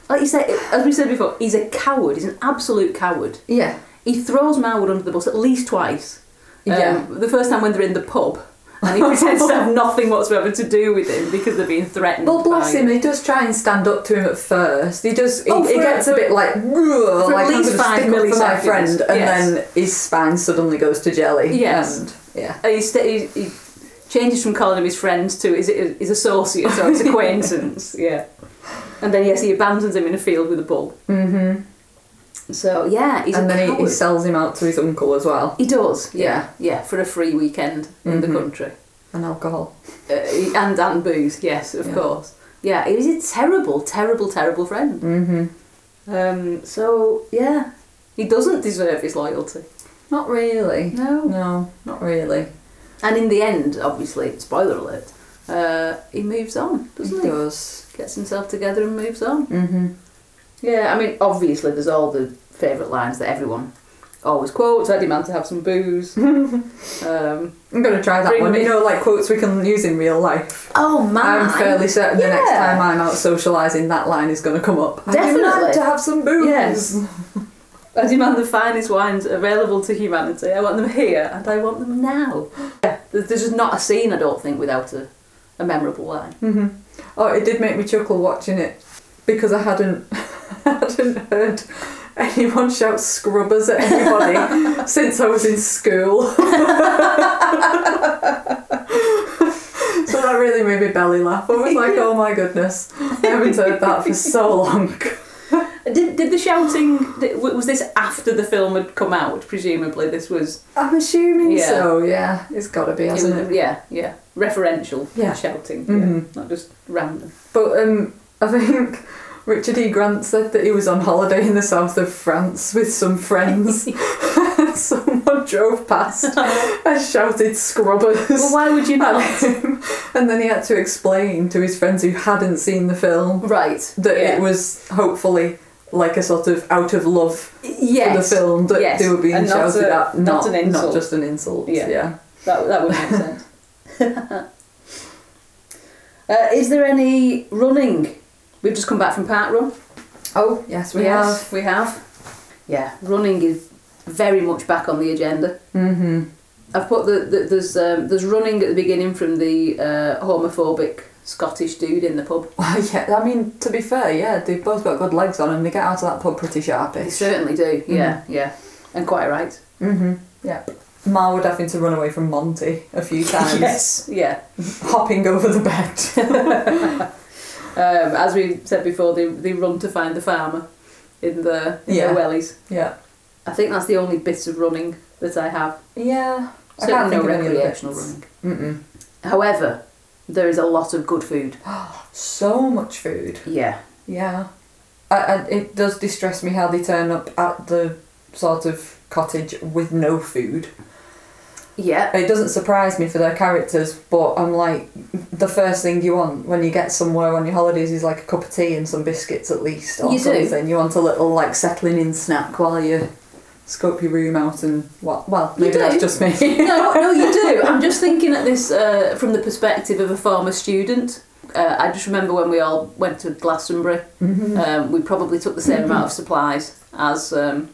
A: like you said, as we said before, he's a coward. He's an absolute coward.
B: Yeah.
A: He throws Marwood under the bus at least twice. Um,
B: Yeah.
A: The first time when they're in the pub, and he pretends to
B: (laughs)
A: have nothing whatsoever to do with him because they're being threatened.
B: Well, bless
A: by
B: him. He does try and stand up to him at first. He does. He,
A: Oh,
B: he
A: for-
B: gets a bit like, "Ugh,"
A: for at
B: like I'm
A: least
B: gonna
A: five
B: stick up for my
A: milliseconds.
B: friend, and
A: Yes.
B: then his spine suddenly goes to jelly.
A: Yes.
B: And, yeah.
A: Uh, He, st- he, he changes from calling him his friend to his, his associate or his
B: (laughs)
A: acquaintance. yeah. And then, yes, he abandons him in a field with a bull.
B: Mm-hmm.
A: So, yeah, he's a
B: and then he,
A: coward.
B: he sells him out to his uncle as well,
A: He does, yeah, yeah, for a free weekend in the
B: Mhm.
A: country.
B: and alcohol.
A: Uh, he- and, and booze, yes, of
B: Yeah.
A: course. Yeah, he was a terrible, terrible, terrible friend.
B: Mm-hmm.
A: Um, so, yeah, he doesn't deserve his loyalty.
B: Not really.
A: No.
B: No, not really.
A: And in the end, obviously, spoiler alert, uh, he moves on, doesn't he?
B: does.
A: Gets himself together and moves on.
B: Mm-hmm.
A: Yeah, I mean, obviously, there's all the favourite lines that everyone always quotes. I demand to have some (laughs) booze. um,
B: I'm gonna try that
A: Bring
B: one.
A: me-
B: You know, like quotes we can use in real life.
A: oh man,
B: I'm fairly certain the next
A: Yeah.
B: time I'm out socialising, that line is gonna come up. I
A: Definitely.
B: demand to have some booze.
A: Yes. I demand the finest wines available to humanity. I want them here, and I want them now. Yeah, there's there's just not a scene, I don't think, without a, a memorable line.
B: hmm Oh, it did make me chuckle watching it because I hadn't (laughs) hadn't heard anyone shout scrubbers at anybody since I was in school. (laughs) so that really made me belly laugh. I was like, oh my goodness, I haven't heard that for so long.
A: Did, did the shouting, did- w- was this after the film had come out? Presumably, this was.
B: I'm assuming
A: Yeah.
B: so. Yeah, it's got to be,
A: it was-
B: hasn't it?
A: Yeah, yeah. Referential
B: Yeah.
A: shouting.
B: Mhm.
A: Yeah, not just
B: (laughs)
A: random.
B: But um, I think (laughs) Richard E. Grant said that he was on holiday in the south of France with some friends.
A: (laughs)
B: (laughs) and someone drove past and shouted scrubbers.
A: Well, why would you
B: at
A: not?
B: him. And then he had to explain to his friends who hadn't seen the film
A: right.
B: that
A: yeah.
B: it was hopefully like a sort of out of love
A: Yes.
B: for the film that
A: yes,
B: they were being
A: and not
B: shouted
A: a- not
B: at, not,
A: an insult.
B: just an insult.
A: Yeah.
B: Yeah.
A: That, that would make sense. (laughs) uh, is there any running? We've just come back from Park Run.
B: Oh yes, we
A: have. We have. Yeah, running is very much back on the agenda.
B: have. Mm-hmm.
A: I've put the, the there's um, there's running at the beginning from the uh, homophobic Scottish dude in the pub.
B: Well, (laughs) yeah, I mean, to be fair, yeah, they've both got good legs on and they get out of that pub pretty
A: They
B: sharpish.
A: certainly do. Yeah, yeah, and quite right.
B: Mm-hmm. Yeah. Marwood having to run away from Monty a
A: (laughs)
B: few times,
A: Yeah.
B: hopping over the bed. (laughs)
A: Um, as we said before, they they run to find the farmer in the in
B: Yeah.
A: their wellies.
B: yeah.
A: I think that's the only bit of running that I have.
B: Yeah. I can't
A: Certainly
B: think
A: no
B: of any other
A: recreational
B: bits.
A: running.
B: Mm-mm.
A: However, there is a lot of good food.
B: So much food.
A: Yeah.
B: Yeah. I, I, it does distress me how they turn up at the sort of cottage with no food.
A: Yeah. (laughs)
B: It doesn't surprise me for their characters, but I'm like, the first thing you want when you get somewhere on your holidays is like a cup of tea and some biscuits at least, or
A: You do.
B: something. You want a little like settling in snack while you scope your room out and what? Well,
A: You
B: maybe
A: do.
B: that's just
A: (laughs)
B: me.
A: no, no,
B: (laughs)
A: you do. I'm just thinking at this uh, from the perspective of a former student. Uh, I just remember when we all went to Glastonbury,
B: Mhm.
A: um, we probably took the same amount of supplies as um,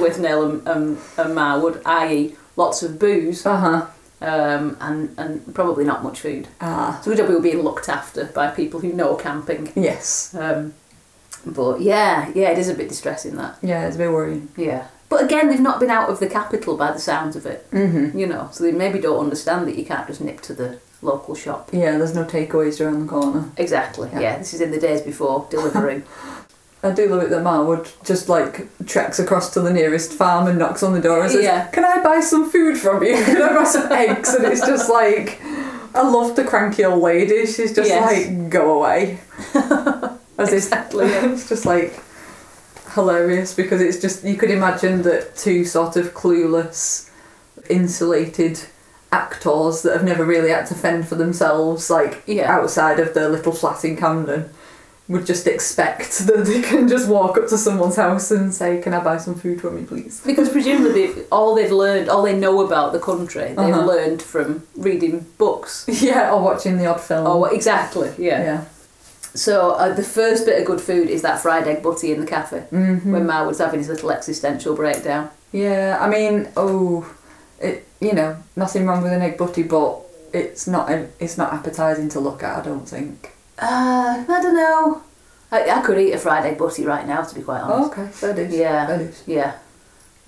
A: with Nail and, and, and Marwood, i.e., lots of booze
B: Uh huh.
A: um, and, and probably not much food.
B: Ah.
A: So we we were being looked after by people who know camping.
B: Yes.
A: Um, but yeah, yeah, it is a bit distressing that.
B: Yeah, it's a bit worrying.
A: Yeah. But again, they've not been out of the capital by the sounds of it,
B: Mm-hmm.
A: you know, so they maybe don't understand that you can't just nip to the local shop.
B: Yeah, there's no takeaways around the corner.
A: Exactly, yeah.
B: Yeah.
A: this is in the days before Deliveroo.
B: I do love it that Marwood just like treks across to the nearest farm and knocks on the door and says,
A: Yeah.
B: Can I buy some food from you? (laughs) Can I buy some eggs? And it's just like, I love the cranky old lady. She's just
A: Yes.
B: like, Go
A: (laughs)
B: away. As
A: (laughs)
B: if-
A: Exactly, yeah.
B: it's just like hilarious because it's just, you could imagine that two sort of clueless, insulated actors that have never really had to fend for themselves, like
A: Yeah.
B: outside of their little flat in Camden would just expect (laughs) that they can just walk up to someone's house and say, "Can I buy some food for me, please?"
A: (laughs) because presumably all they've learned, all they know about the country, they've
B: Uh-huh.
A: learned from reading books.
B: Yeah, or watching the odd film.
A: Oh, exactly, Um, yeah.
B: yeah.
A: So uh, the first bit of good food is that fried egg butty in the cafe
B: Mm-hmm.
A: when Marwood's having his little existential breakdown.
B: Yeah, I mean, oh, it, you know, nothing wrong with an egg butty, but it's not it's not appetising to look at. I don't think.
A: Uh, I don't know. I, I could eat a fried egg butty right now, to be quite honest.
B: Oh, okay, fair dues.
A: Yeah.
B: fair dues.
A: Yeah.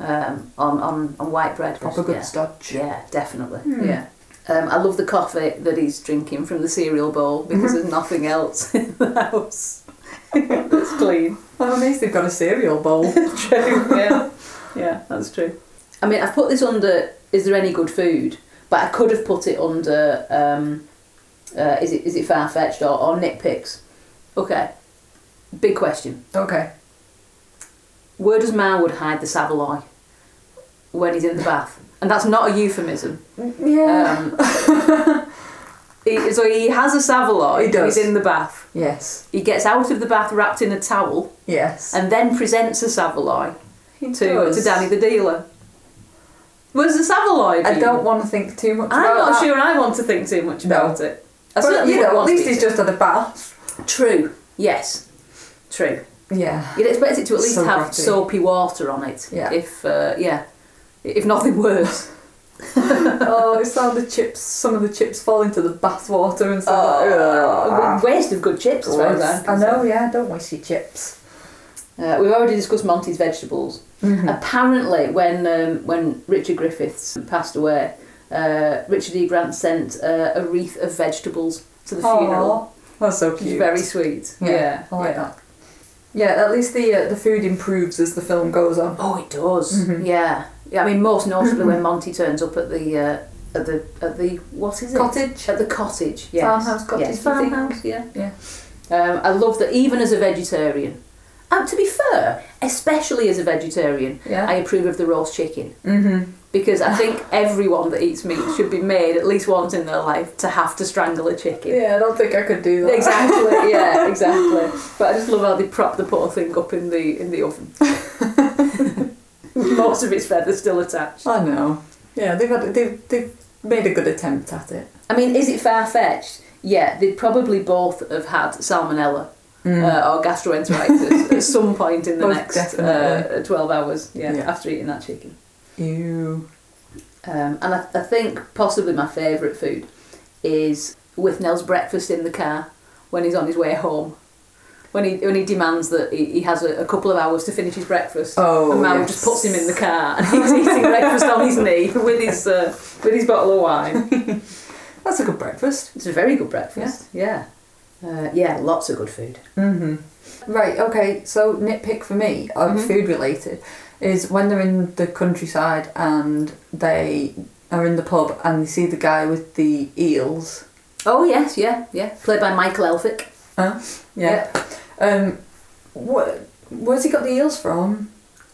A: Um, on, on, on white bread.
B: Proper good
A: yeah.
B: stodge.
A: Yeah, definitely.
B: Hmm.
A: Yeah. Um, I love the coffee that he's drinking from the cereal bowl because there's nothing else (laughs) in the house. (laughs) That's clean.
B: Well, at least they've got a cereal (laughs) bowl.
A: true.
B: (laughs)
A: Yeah. Yeah, that's true. I mean, I've put this under is there any good food? But I could have put it under um, uh, is it is it far fetched or, or nitpicks? Okay. Big question.
B: okay.
A: Where does Marwood hide the Savoy when he's in the bath? And that's not a euphemism.
B: Yeah.
A: Um, he- so he has a Savoy.
B: He does.
A: He's in the bath.
B: (laughs) yes.
A: He gets out of the bath wrapped in a towel
B: Yes.
A: and then presents a Savoy
B: he
A: to, to
B: does.
A: Danny the dealer. Where's the Savoy?
B: I
A: been?
B: don't want to think too much.
A: I'm
B: about
A: not
B: that.
A: sure I want to think too much
B: No.
A: about it. I
B: But,
A: certainly
B: you
A: wouldn't
B: know, at
A: want to
B: least
A: be-
B: he's just had a bath.
A: true. Yes, true.
B: Yeah.
A: You'd expect it to at least
B: So
A: have
B: grotty.
A: soapy water on it.
B: Yeah.
A: If uh, yeah, if nothing
B: (laughs)
A: worse.
B: (laughs) oh, it's how the chips. Some of the chips fall into the bath water and stuff. like-
A: a
B: Ugh.
A: waste of good chips, as far as I'm
B: Oh. I
A: concerned.
B: know. Yeah. Don't waste your chips.
A: Uh, we've already discussed Monty's vegetables.
B: Mm-hmm.
A: Apparently, when um, when Richard Griffiths passed away, uh, Richard E. Grant sent uh, a wreath of vegetables to the funeral.
B: Aw, That's so
A: Which
B: cute.
A: is very sweet.
B: Yeah, I like
A: yeah.
B: that. Yeah, at least the uh, the food improves as the film goes on.
A: Oh, it does.
B: Mhm.
A: Yeah. yeah. I mean, most notably when Monty turns up at the uh, at the at the what is it?
B: Cottage.
A: At the cottage. Yes.
B: Farmhouse, cottage,
A: Yes. I think-
B: farmhouse.
A: Yeah.
B: Yeah.
A: Um, I love that even as a vegetarian, and to be fair, especially as a vegetarian,
B: Yeah.
A: I approve of the roast chicken.
B: Mm-hmm.
A: because I
B: (laughs)
A: think everyone that eats meat should be made at least once in their life to have to strangle a chicken.
B: Yeah, I don't think I could (laughs) do that.
A: Exactly, yeah, exactly. But I just love how they prop the poor thing up in the in the oven. (laughs) With Most of its feathers still attached.
B: I know. Yeah, they've had they've they've made a good attempt at it.
A: I mean, is it far fetched? Yeah, they'd probably both have had salmonella
B: Mm.
A: uh, or gastroenteritis at some point in the
B: Both
A: next
B: definitely.
A: uh, twelve hours. Yeah,
B: Yeah.
A: after eating that chicken.
B: Ew.
A: Um, and I, I think possibly my favourite food is Withnell's breakfast in the car when he's on his way home. When he when he demands that he, he has a, a couple of hours to finish his breakfast,
B: Oh,
A: and Mal
B: yes.
A: just puts him in the car and he's eating breakfast on his knee with his uh, with his bottle of wine.
B: That's a good breakfast.
A: It's a very good breakfast. Yeah, yeah, uh, yeah lots of good food.
B: Mm-hmm. Right. Okay. So nitpick for me, uh,
A: Mhm.
B: food related, is when they're in the countryside and they are in the pub and they see the guy with the eels.
A: Oh yes, yeah, yeah. Played by Michael Elphick.
B: Huh? Yeah. Um, what? Where's he got the eels from?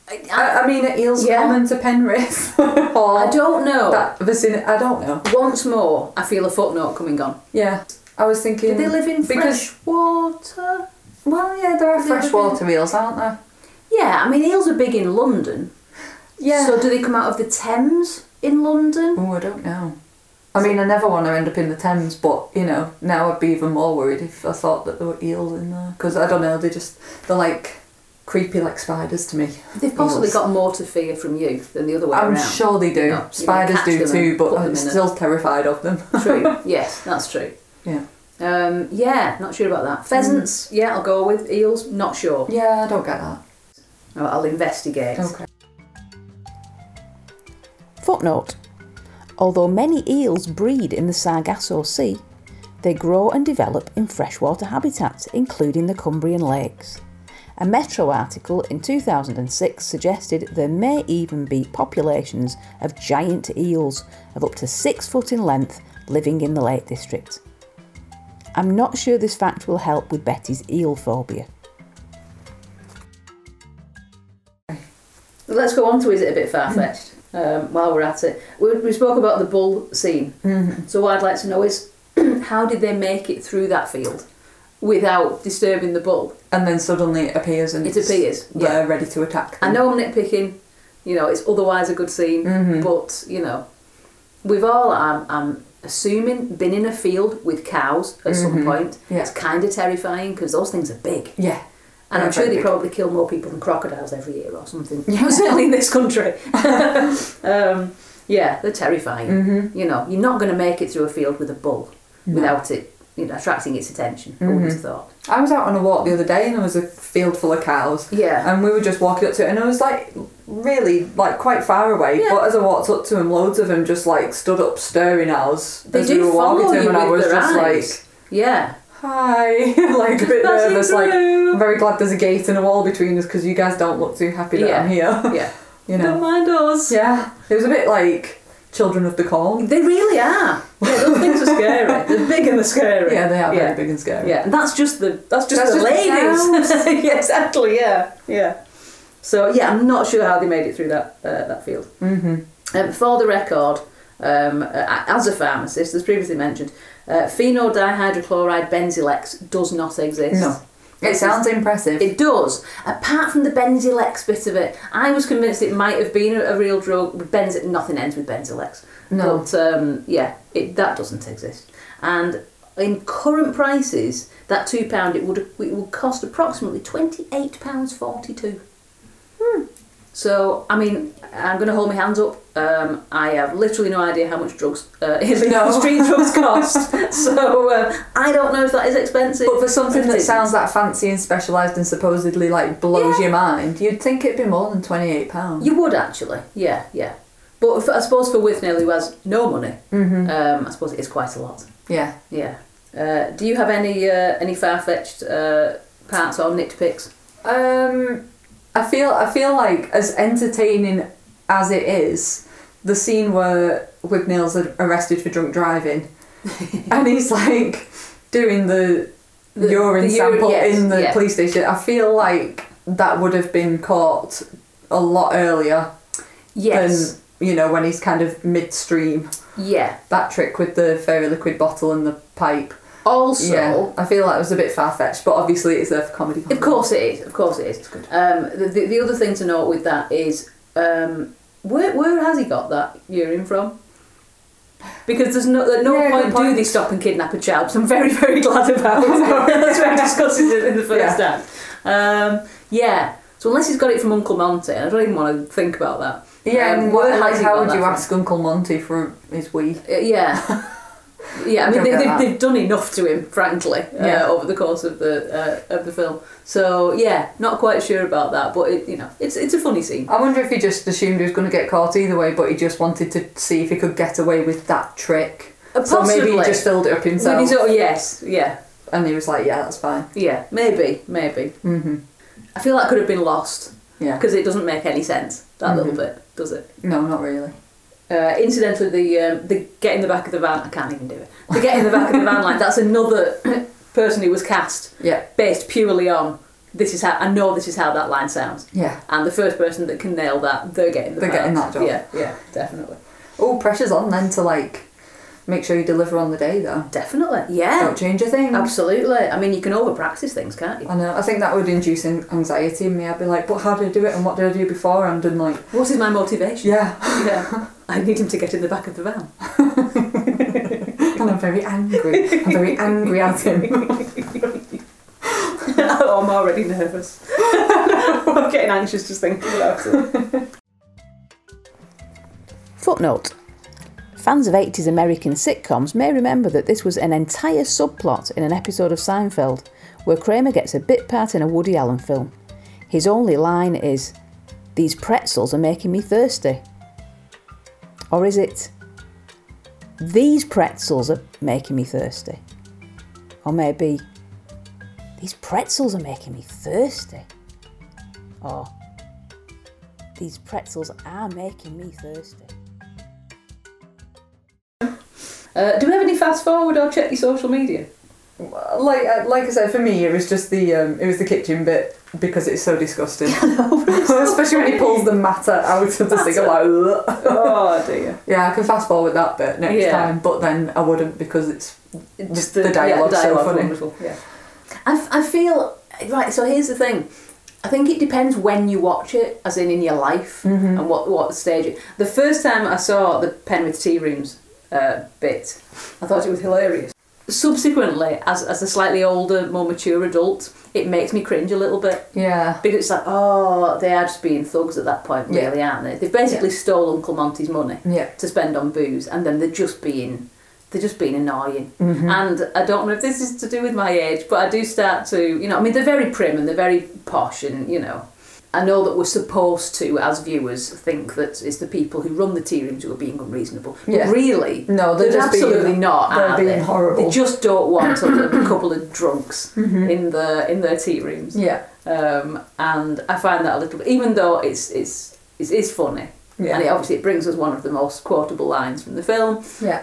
A: I, I,
B: I, I mean, at Eels
A: Yeah.
B: Common to Penrith. (laughs) or
A: I don't know.
B: oh, That vicinity. I don't know.
A: Once more, I feel a footnote coming on.
B: Yeah. I was thinking.
A: Did they live in
B: because-
A: fresh water?
B: Well, yeah, there are
A: Do they live
B: freshwater eels, aren't there?
A: Yeah, I mean eels are big in London. So do they come out of the Thames in London?
B: oh, I don't know. I mean, I never want to end up in the Thames, but you know, now I'd be even more worried if I thought that there were eels in there. Because I don't know, they just they're like creepy like spiders to me.
A: They've possibly
B: Eels.
A: got more to fear from you than the other way
B: I'm
A: around.
B: sure they do.
A: No, you
B: spiders
A: catch them
B: do
A: and
B: too,
A: put
B: but
A: them
B: I'm
A: in a-
B: still terrified of
A: (laughs)
B: them.
A: true. Yes, that's true.
B: (laughs) Yeah.
A: Um, yeah, not sure about
B: Mm.
A: that. Pheasants, yeah, I'll go with. Eels, not sure.
B: Yeah, I don't get that.
A: Oh, I'll investigate.
B: Okay.
A: Footnote Although many eels breed in the Sargasso Sea, they grow and develop in freshwater habitats, including the Cumbrian lakes. A Metro article in 2006 suggested there may even be populations of giant eels of up to six foot in length living in the Lake District. I'm not sure this fact will help with Betty's eel phobia. Let's go on to is it a bit far fetched um, while we're at it. We, we spoke about the bull scene. So, what I'd like to know is (clears throat) how did they make it through that field without disturbing the bull?
B: And then suddenly it appears and
A: It appears, yeah.
B: They're ready to attack.
A: I
B: them.
A: know I'm nitpicking, you know, it's otherwise a good scene, but, you know, we've all, I'm, I'm assuming been in a field with cows at some
B: Mhm.
A: point
B: Yeah.
A: it's kind of terrifying because those things are big.
B: Yeah.
A: And I'm
B: They're
A: sure
B: very
A: they
B: big.
A: probably kill more people than crocodiles every year or something. (laughs) Certainly in this country. (laughs) um, yeah, they're terrifying.
B: Mm-hmm.
A: You know, you're not going to make it through a field with a bull
B: No.
A: without it you know, attracting its attention. I would have
B: Mhm.
A: thought.
B: I was out on a walk the other day and there was a field full of cows.
A: Yeah.
B: And we were just walking up to it, and I was like, really, like quite far away.
A: Yeah.
B: But as I walked up to him, loads of them just like stood up staring at us.
A: They
B: as
A: do
B: we were walking
A: follow
B: to him,
A: you
B: and I
A: with
B: was
A: their
B: just
A: eyes. yeah.
B: like, hi, (laughs) like a bit
A: Passing
B: nervous. Like,
A: through.
B: I'm very glad there's a gate and a wall between us because you guys don't look too happy that I'm here. (laughs)
A: yeah.
B: you
A: Don't
B: know?
A: mind us.
B: Yeah, it was a bit like Children of the Corn.
A: They really are. Yeah, those things are scary. They're big and they're scary.
B: Yeah, they are
A: Yeah.
B: very big and scary.
A: Yeah, and that's just the that's just
B: That's
A: the
B: just the
A: ladies. (laughs) yeah, exactly. Yeah, yeah. So yeah, I'm not sure how they made it through that uh, that field.
B: Mm-hmm.
A: Um, for the record, um, uh, as a pharmacist, as previously mentioned, uh, phenol dihydrochloride benzylex does not exist.
B: No. It sounds impressive.
A: It does. Apart from the benzylex bit of it, I was convinced it might have been a, a real drug. With Benz, nothing ends with benzylex.
B: No.
A: But um, yeah, it, that doesn't exist. And in current prices, that two pound it would it would cost approximately twenty eight pounds forty two.
B: Hmm.
A: So I mean, I'm going to hold my hands up. Um, I have literally no idea how much drugs uh, (laughs) illegal
B: No.
A: street drugs cost. (laughs) so uh, I don't know if that is expensive.
B: But for something
A: It
B: that
A: is.
B: sounds that fancy and specialised and supposedly like blows your mind, you'd think it'd be more than twenty eight pounds.
A: You would actually, yeah, yeah. But for, I suppose for Withnail, who has no money, um, I suppose it is quite a lot.
B: Yeah.
A: Yeah. Uh, do you have any uh, any far fetched uh, parts or nitpicks?
B: Um, I feel I feel like as entertaining as it is, the scene where Wignall's arrested for
A: (laughs)
B: drunk driving, and he's like doing the,
A: The-
B: urine
A: the urine-
B: sample
A: yes,
B: in the
A: yeah.
B: police station. I feel like that would have been caught a lot earlier
A: Yes.
B: than you know when he's kind of midstream.
A: yeah.
B: That trick with the fairy liquid bottle and the pipe.
A: Also,
B: yeah, I feel that was a bit far fetched, but obviously it's there for comedy.
A: Of course it is. Of course it is.
B: good.
A: Um, the, the the other thing to note with that is um, where where has he got that urine from? Because there's no at no
B: Yeah,
A: point
B: good
A: do
B: point.
A: they stop and kidnap a child. So I'm very very (laughs) glad
B: (laughs)
A: about. That's why I discussed it in the first time. Um, yeah. So unless he's got it from Uncle Monty, I don't even want to think about that.
B: Yeah,
A: Um,
B: and
A: where
B: what, like,
A: has he
B: how
A: got
B: would
A: that
B: you
A: from?
B: ask Uncle Monty for his wee?
A: Uh,
B: (laughs)
A: yeah. Yeah, I mean
B: Don't
A: they,
B: get
A: they've,
B: that.
A: they've done enough to him, frankly,
B: Yeah.
A: uh, over the course of the uh, of the film. So yeah, not quite sure about that, but it, you know, it's it's a funny scene.
B: I wonder if he just assumed he was going to get caught either way, but he just wanted to see if he could get away with that trick.
A: Uh,
B: So maybe he
A: possibly.
B: just filled it up
A: With
B: himself,
A: his own- yes, yeah,
B: and he was like, "Yeah, that's fine."
A: yeah, maybe, maybe.
B: Mm-hmm.
A: I feel that could have been lost
B: Yeah.
A: because it doesn't make any sense. That little
B: Mm-hmm.
A: bit does it?
B: No, not really.
A: Uh, incidentally, the um, the get in the back of the van. I can't even do it. The get in the back of the van line. That's another (clears throat) person who was cast
B: Yeah.
A: based purely on this is how I know this is how that line sounds.
B: Yeah.
A: And the first person that can nail that, they're getting the
B: They're
A: part.
B: getting that job.
A: Yeah, yeah, definitely,
B: Oh, pressure's on then to like make sure you deliver on the day though.
A: definitely, yeah,
B: Don't change a thing.
A: absolutely. I mean, you can over practice things, can't you?
B: I know. I think that would induce an- anxiety in me. I'd be like, "But how did I do it? And what did I do beforehand?" And like,
A: What is my motivation?
B: yeah,
A: (laughs)
B: (laughs)
A: yeah, I need him to get in the back of the van.
B: and I'm very angry. I'm very angry at him.
A: (laughs) oh, I'm already nervous. (laughs) I'm getting anxious just thinking about it. Footnote. Fans of 80s American sitcoms may remember that this was an entire subplot in an episode of Seinfeld, where Kramer gets a bit part in a Woody Allen film. His only line is, These pretzels are making me thirsty. Or is it, These pretzels are making me thirsty? Or maybe, these pretzels are making me thirsty. Oh, these pretzels are making me thirsty. Uh, do we have any fast forward or check your social media?
B: like uh, like I said, for me it was just the um, it was the kitchen bit because it's so
A: (laughs)
B: disgusting. Especially when he pulls the matter out of the thing. I'm like, "Ugh."
A: Oh dear.
B: yeah, I can fast forward that bit next
A: Yeah.
B: time, but then I wouldn't because it's
A: Just
B: The dialogue's so funny.
A: wonderful. Yeah. I, f- I feel right. So here's the thing. I think it depends when you watch it, as
B: Mm-hmm.
A: in in your life, and what what stage. It, the first time I saw the Penrith Tea Rooms uh, bit. I thought it was hilarious. Subsequently, as, as a slightly older, more mature adult, it makes me cringe a little bit
B: Yeah.
A: because it's like, oh, they are just being thugs at that point,
B: Yeah.
A: really, aren't they? They've basically stole Uncle Monty's money
B: Yeah.
A: to spend on booze, and then they're just being they're just being annoying.
B: Mm-hmm.
A: And I don't know if this is to do with my age, but I do start to, you know, I mean, they're very prim and they're very posh, and you know, I know that we're supposed to, as viewers, think that it's the people who run the tea rooms who are being unreasonable. But
B: Yeah.
A: really,
B: No, they're just being-
A: absolutely not.
B: they're
A: are
B: being
A: they?
B: horrible. Mm-hmm.
A: They just don't want a couple of drunks in the in their tea rooms
B: Yeah.
A: um, and I find that a little bit, even though it's it's it is funny,
B: Yeah.
A: and it obviously it brings us one of the most quotable lines from the film.
B: Yeah.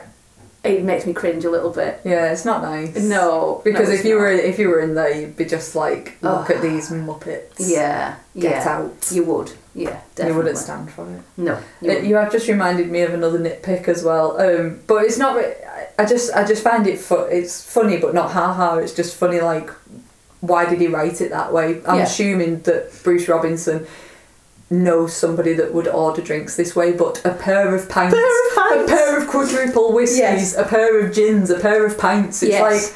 A: It makes me cringe a little bit.
B: Yeah. It's not nice.
A: No,
B: Because
A: no,
B: if
A: it's
B: you
A: not.
B: were if you were in there, you'd be just like, look
A: Ugh.
B: at these muppets.
A: yeah,
B: Get
A: yeah,
B: out.
A: you would, yeah, definitely.
B: You wouldn't stand for it.
A: No, you
B: Uh,
A: wouldn't.
B: You have just reminded me of another nitpick as well, um, but it's not. re- I- I just I just find it fu- it's funny, but not haha. It's just funny. Like, why did he write it that way? I'm
A: Yeah.
B: assuming that Bruce Robinson knows somebody that would order drinks this way, but a pair of pints,
A: Pair of pints.
B: a pair of quadruple whiskies,
A: Yes.
B: a pair of gins, a pair of pints. It's
A: Yes.
B: like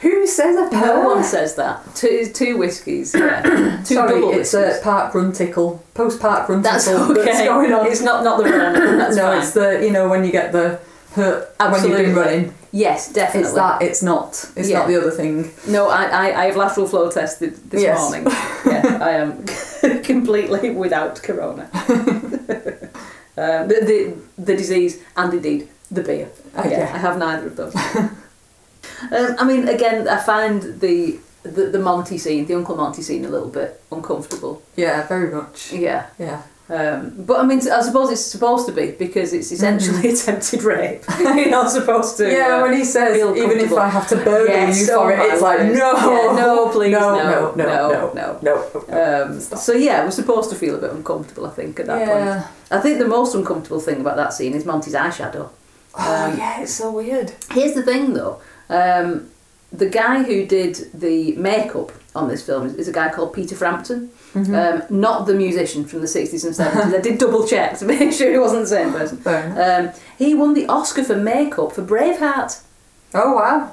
B: who says a pair?
A: no one says that. Two two whiskies,
B: (coughs)
A: yeah, two
B: Sorry,
A: double
B: it's
A: whiskies.
B: a park run tickle, post park run
A: that's
B: tickle
A: okay.
B: (laughs) that's going on.
A: It's not not the run. That's
B: no,
A: fine.
B: it's the you know when you get the hurt when you've been
A: Absolutely.
B: running.
A: yes, definitely.
B: It's that. It's not. It's
A: Yeah.
B: not the other thing.
A: No, I, I, I have lateral flow tested this
B: Yes.
A: morning. Yeah, I am (laughs) completely without
B: (laughs)
A: corona. um, the, the, the disease and indeed the beer.
B: Oh,
A: yeah,
B: yeah.
A: I have neither of those. um, I mean, again, I find the, the the Monty scene, the Uncle Monty scene, a little bit uncomfortable.
B: Yeah, very much.
A: Yeah.
B: Yeah,
A: Um, but I mean, I suppose it's supposed to be because it's essentially (laughs) attempted rape. You're not supposed to.
B: Mm-hmm. yeah.
A: uh,
B: When he says,
A: feel
B: even if
A: comfortable.
B: I have to burden
A: Yes,
B: you
A: oh
B: for it,
A: my
B: it's like no,
A: word. Yeah, no, please,
B: (laughs) no, no, no, no,
A: no.
B: no.
A: Um, so yeah, we're supposed to feel a bit uncomfortable. I think at that point.
B: yeah.
A: I think the most uncomfortable thing about that scene is Monty's eyeshadow.
B: Oh
A: Um,
B: yeah, it's so weird.
A: Here's the thing though. Um, the guy who did the makeup on this film is, is a guy called Peter Frampton, um, not the musician from the 60s and 70s. I did double check to (laughs) make sure he wasn't the same person.
B: Fair enough.
A: Um, he won the Oscar for makeup for Braveheart.
B: Oh wow.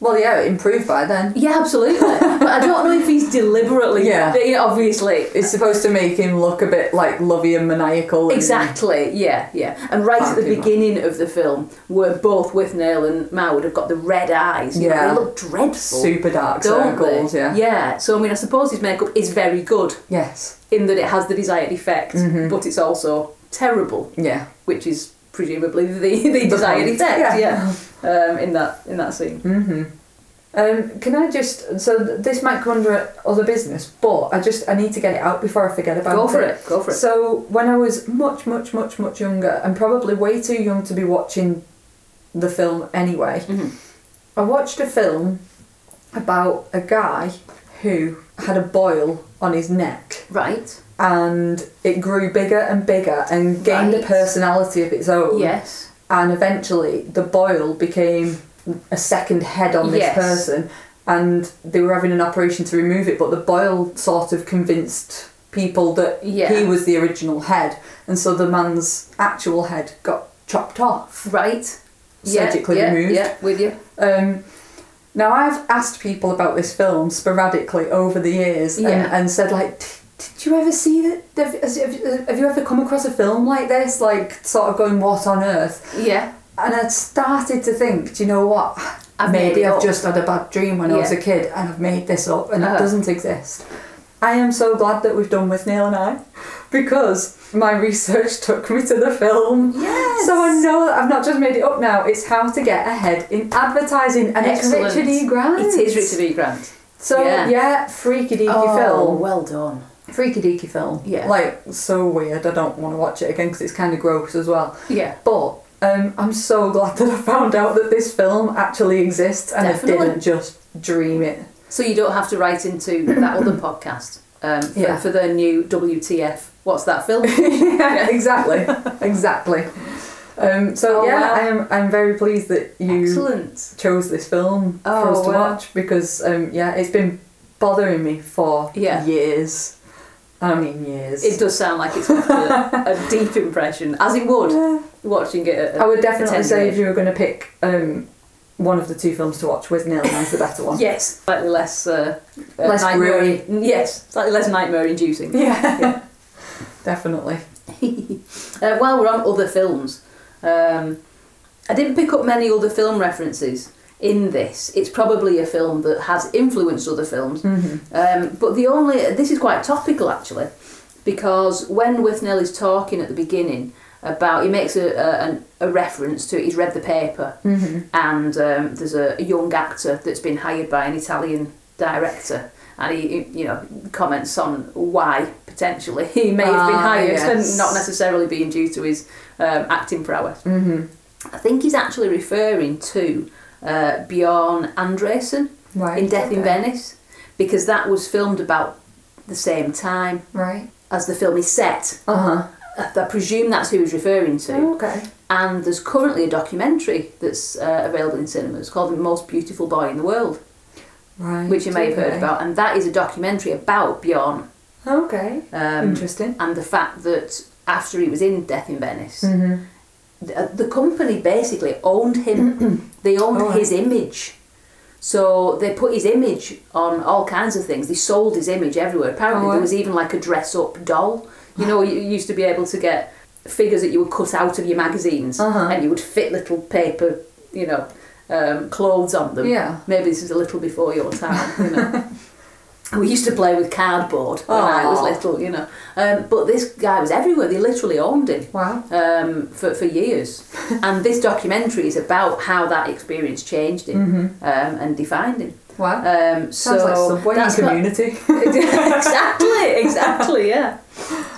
B: Well, yeah, it improved by then.
A: Yeah, absolutely. but I don't know if he's deliberately.
B: Yeah.
A: They- Obviously,
B: It's supposed to make him look a bit like lovey and maniacal. and-
A: Exactly, yeah, yeah. And right at the
B: Can't do that.
A: beginning of the film, where both with Nail and Maud have got the red eyes. you know,
B: Yeah.
A: They look dreadful.
B: Super dark
A: don't
B: circles,
A: they?
B: yeah.
A: Yeah, so I mean, I suppose his makeup is very good
B: Yes.
A: in that it has the desired effect,
B: Mm-hmm.
A: but it's also terrible,
B: Yeah.
A: which is presumably the, the desired
B: point,
A: effect,
B: yeah. Mm.
A: yeah, Um, in, that, in that scene.
B: Um, can I just? So th- this might come under other business, but I just I need to get it out before I forget about
A: Go for it, go for it.
B: So when I was much, much, much, much younger, and probably way too young to be watching the film anyway,
A: Mm-hmm.
B: I watched a film about a guy who had a boil on his neck
A: right,
B: and it grew bigger and bigger and gained
A: Right.
B: a personality of its own
A: yes.
B: and eventually the boil became a second head on this
A: Yes.
B: person and they were having an operation to remove it but the boil sort of convinced people that
A: Yeah.
B: he was the original head and so the man's actual head got chopped off
A: Right. Yeah,
B: Surgically
A: yeah,
B: removed.
A: Yeah, with you.
B: um, now i've asked people about this film sporadically over the years and,
A: Yeah.
B: and said like "Did- did you ever see that have, have- have you ever come across a film like this like sort of going what on earth
A: Yeah.
B: and I'd started to think, do you know what?
A: I've made
B: Maybe
A: it
B: I've
A: up.
B: just had a bad dream when I was a
A: Yeah.
B: kid and I've made this up and
A: Uh-huh.
B: it doesn't exist. I am so glad that we've done with Neil and I because my research took me to the film.
A: Yes.
B: So I know that I've not just made it up now, it's how to get ahead in advertising and it's Richard E. Grant.
A: It is Richard E. Grant.
B: So yeah,
A: yeah.
B: freaky deaky
A: Oh,
B: film.
A: well done.
B: Freaky deaky film.
A: Yeah.
B: Like, so weird. I don't want to watch it again because it's kind of gross as well.
A: Yeah.
B: But um, I'm so glad that I found out that this film actually exists and I
A: Definitely.
B: didn't just dream it. (laughs)
A: So you don't have to write into that other podcast um, for,
B: Yeah.
A: for their new WTF. What's that
B: (laughs)
A: film?
B: yeah, exactly,
A: (laughs)
B: exactly. Um, so
A: Oh,
B: yeah,
A: wow.
B: I'm I'm very pleased that you
A: Excellent.
B: chose this film for
A: Oh,
B: us to
A: wow.
B: watch because um, yeah, it's been bothering me for
A: Yeah.
B: years. I mean years.
A: It does sound like it's left a, a deep impression, as it would
B: Yeah.
A: watching it. At,
B: I would definitely
A: attended
B: say
A: it.
B: if you were going to pick um, one of the two films to watch with Neil, mine's the
A: (laughs)
B: better one.
A: Yes, slightly less. Uh, uh,
B: Less
A: nightmare.
B: grueling.
A: Yes, slightly less nightmare inducing.
B: Yeah. definitely.
A: Uh, while we're on other films, um, I didn't pick up many other film references in this. It's probably a film that has influenced other films. Um, but the only this is quite topical actually, because when Withnell is talking at the beginning about he makes a a, an- a reference to he's read the paper and um, there's a, a young actor that's been hired by an Italian director. And he, he, you know, comments on why potentially (laughs) he may have been
B: Ah,
A: hired
B: yes.
A: and not necessarily being due to his um, acting prowess.
B: Mm-hmm.
A: I think he's actually referring to uh, Bjorn Andresen
B: Right.
A: in Death in
B: okay.
A: Venice because that was filmed about the same time
B: Right.
A: as the film is set.
B: Uh huh.
A: I I presume that's who he's referring to.
B: Oh, okay.
A: And there's currently a documentary that's uh, available in cinemas called The Most Beautiful Boy in the World,
B: Right.
A: which you may have heard
B: okay.
A: about. And that is a documentary about Bjorn
B: Okay.
A: um,
B: Interesting.
A: and the fact that after he was in Death in Venice, the, uh, the company basically owned
B: (clears throat)
A: him. they owned
B: Oh,
A: his image. So they put his image on all kinds of things. They sold his image everywhere. Apparently,
B: Oh,
A: there
B: wow.
A: was even like a dress up doll. You know, you you used to be able to get figures that you would cut out of your magazines
B: Uh-huh.
A: and you would fit little paper, you know, um, clothes on them.
B: Yeah.
A: Maybe this is a little before your time, you
B: (laughs)
A: know. We used to play with cardboard when I was
B: Aw.
A: little, you know. Um, but this guy was everywhere. They literally owned him
B: Wow.
A: um, for, for years.
B: (laughs)
A: and this documentary is about how that experience changed him um, and defined him.
B: Mm-hmm. Wow.
A: Um,
B: Mm. Sounds
A: so
B: like Subway in
A: that's got- (laughs)
B: community. (laughs)
A: exactly, exactly, yeah.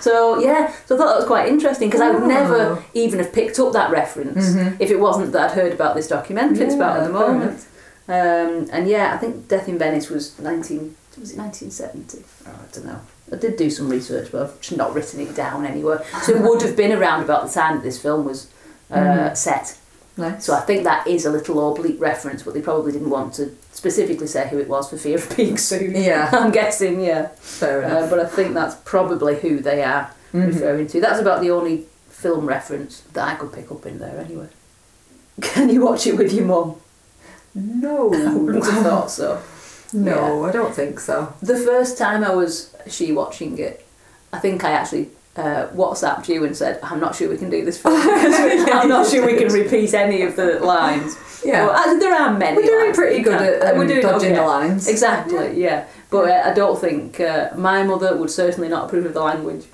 A: So yeah, so I thought that was quite interesting because I would
B: Oh. Mm-hmm.
A: never even have picked up that reference if it wasn't that I'd heard about this documentary it's about at the
B: Yeah, fair
A: moment. Um, and yeah, I think Death in Venice was nineteen. Was it nineteen seventy? Oh, I don't know. I did do some research, but I've just not written it down anywhere. So it would have been around about the time that this film was uh,
B: Mm-hmm.
A: set.
B: nice.
A: So I think that is a little oblique reference, but they probably didn't want to specifically say who it was for fear of being sued.
B: Yeah.
A: (laughs) I'm guessing. Yeah.
B: Fair enough. Mm-hmm.
A: Uh, but I think that's probably who they are referring to. That's about the only film reference that I could pick up in there, anyway. Can you watch it with your mum? (laughs) I wouldn't have
B: no.
A: thought
B: (laughs)
A: so.
B: no, I don't think so.
A: The first time I was she watching it, I think I actually uh, WhatsApped you and said, "I'm not sure we can do this.
B: (laughs)
A: Film. I'm not sure we can repeat any of the lines."
B: (laughs) Yeah.
A: Well, actually, there are many.
B: We're doing
A: lines.
B: pretty
A: You
B: good
A: can- Uh,
B: at um,
A: we're doing
B: dodging
A: okay.
B: the lines.
A: Exactly. Yeah. But uh, I don't think uh, my mother would certainly not approve of the language.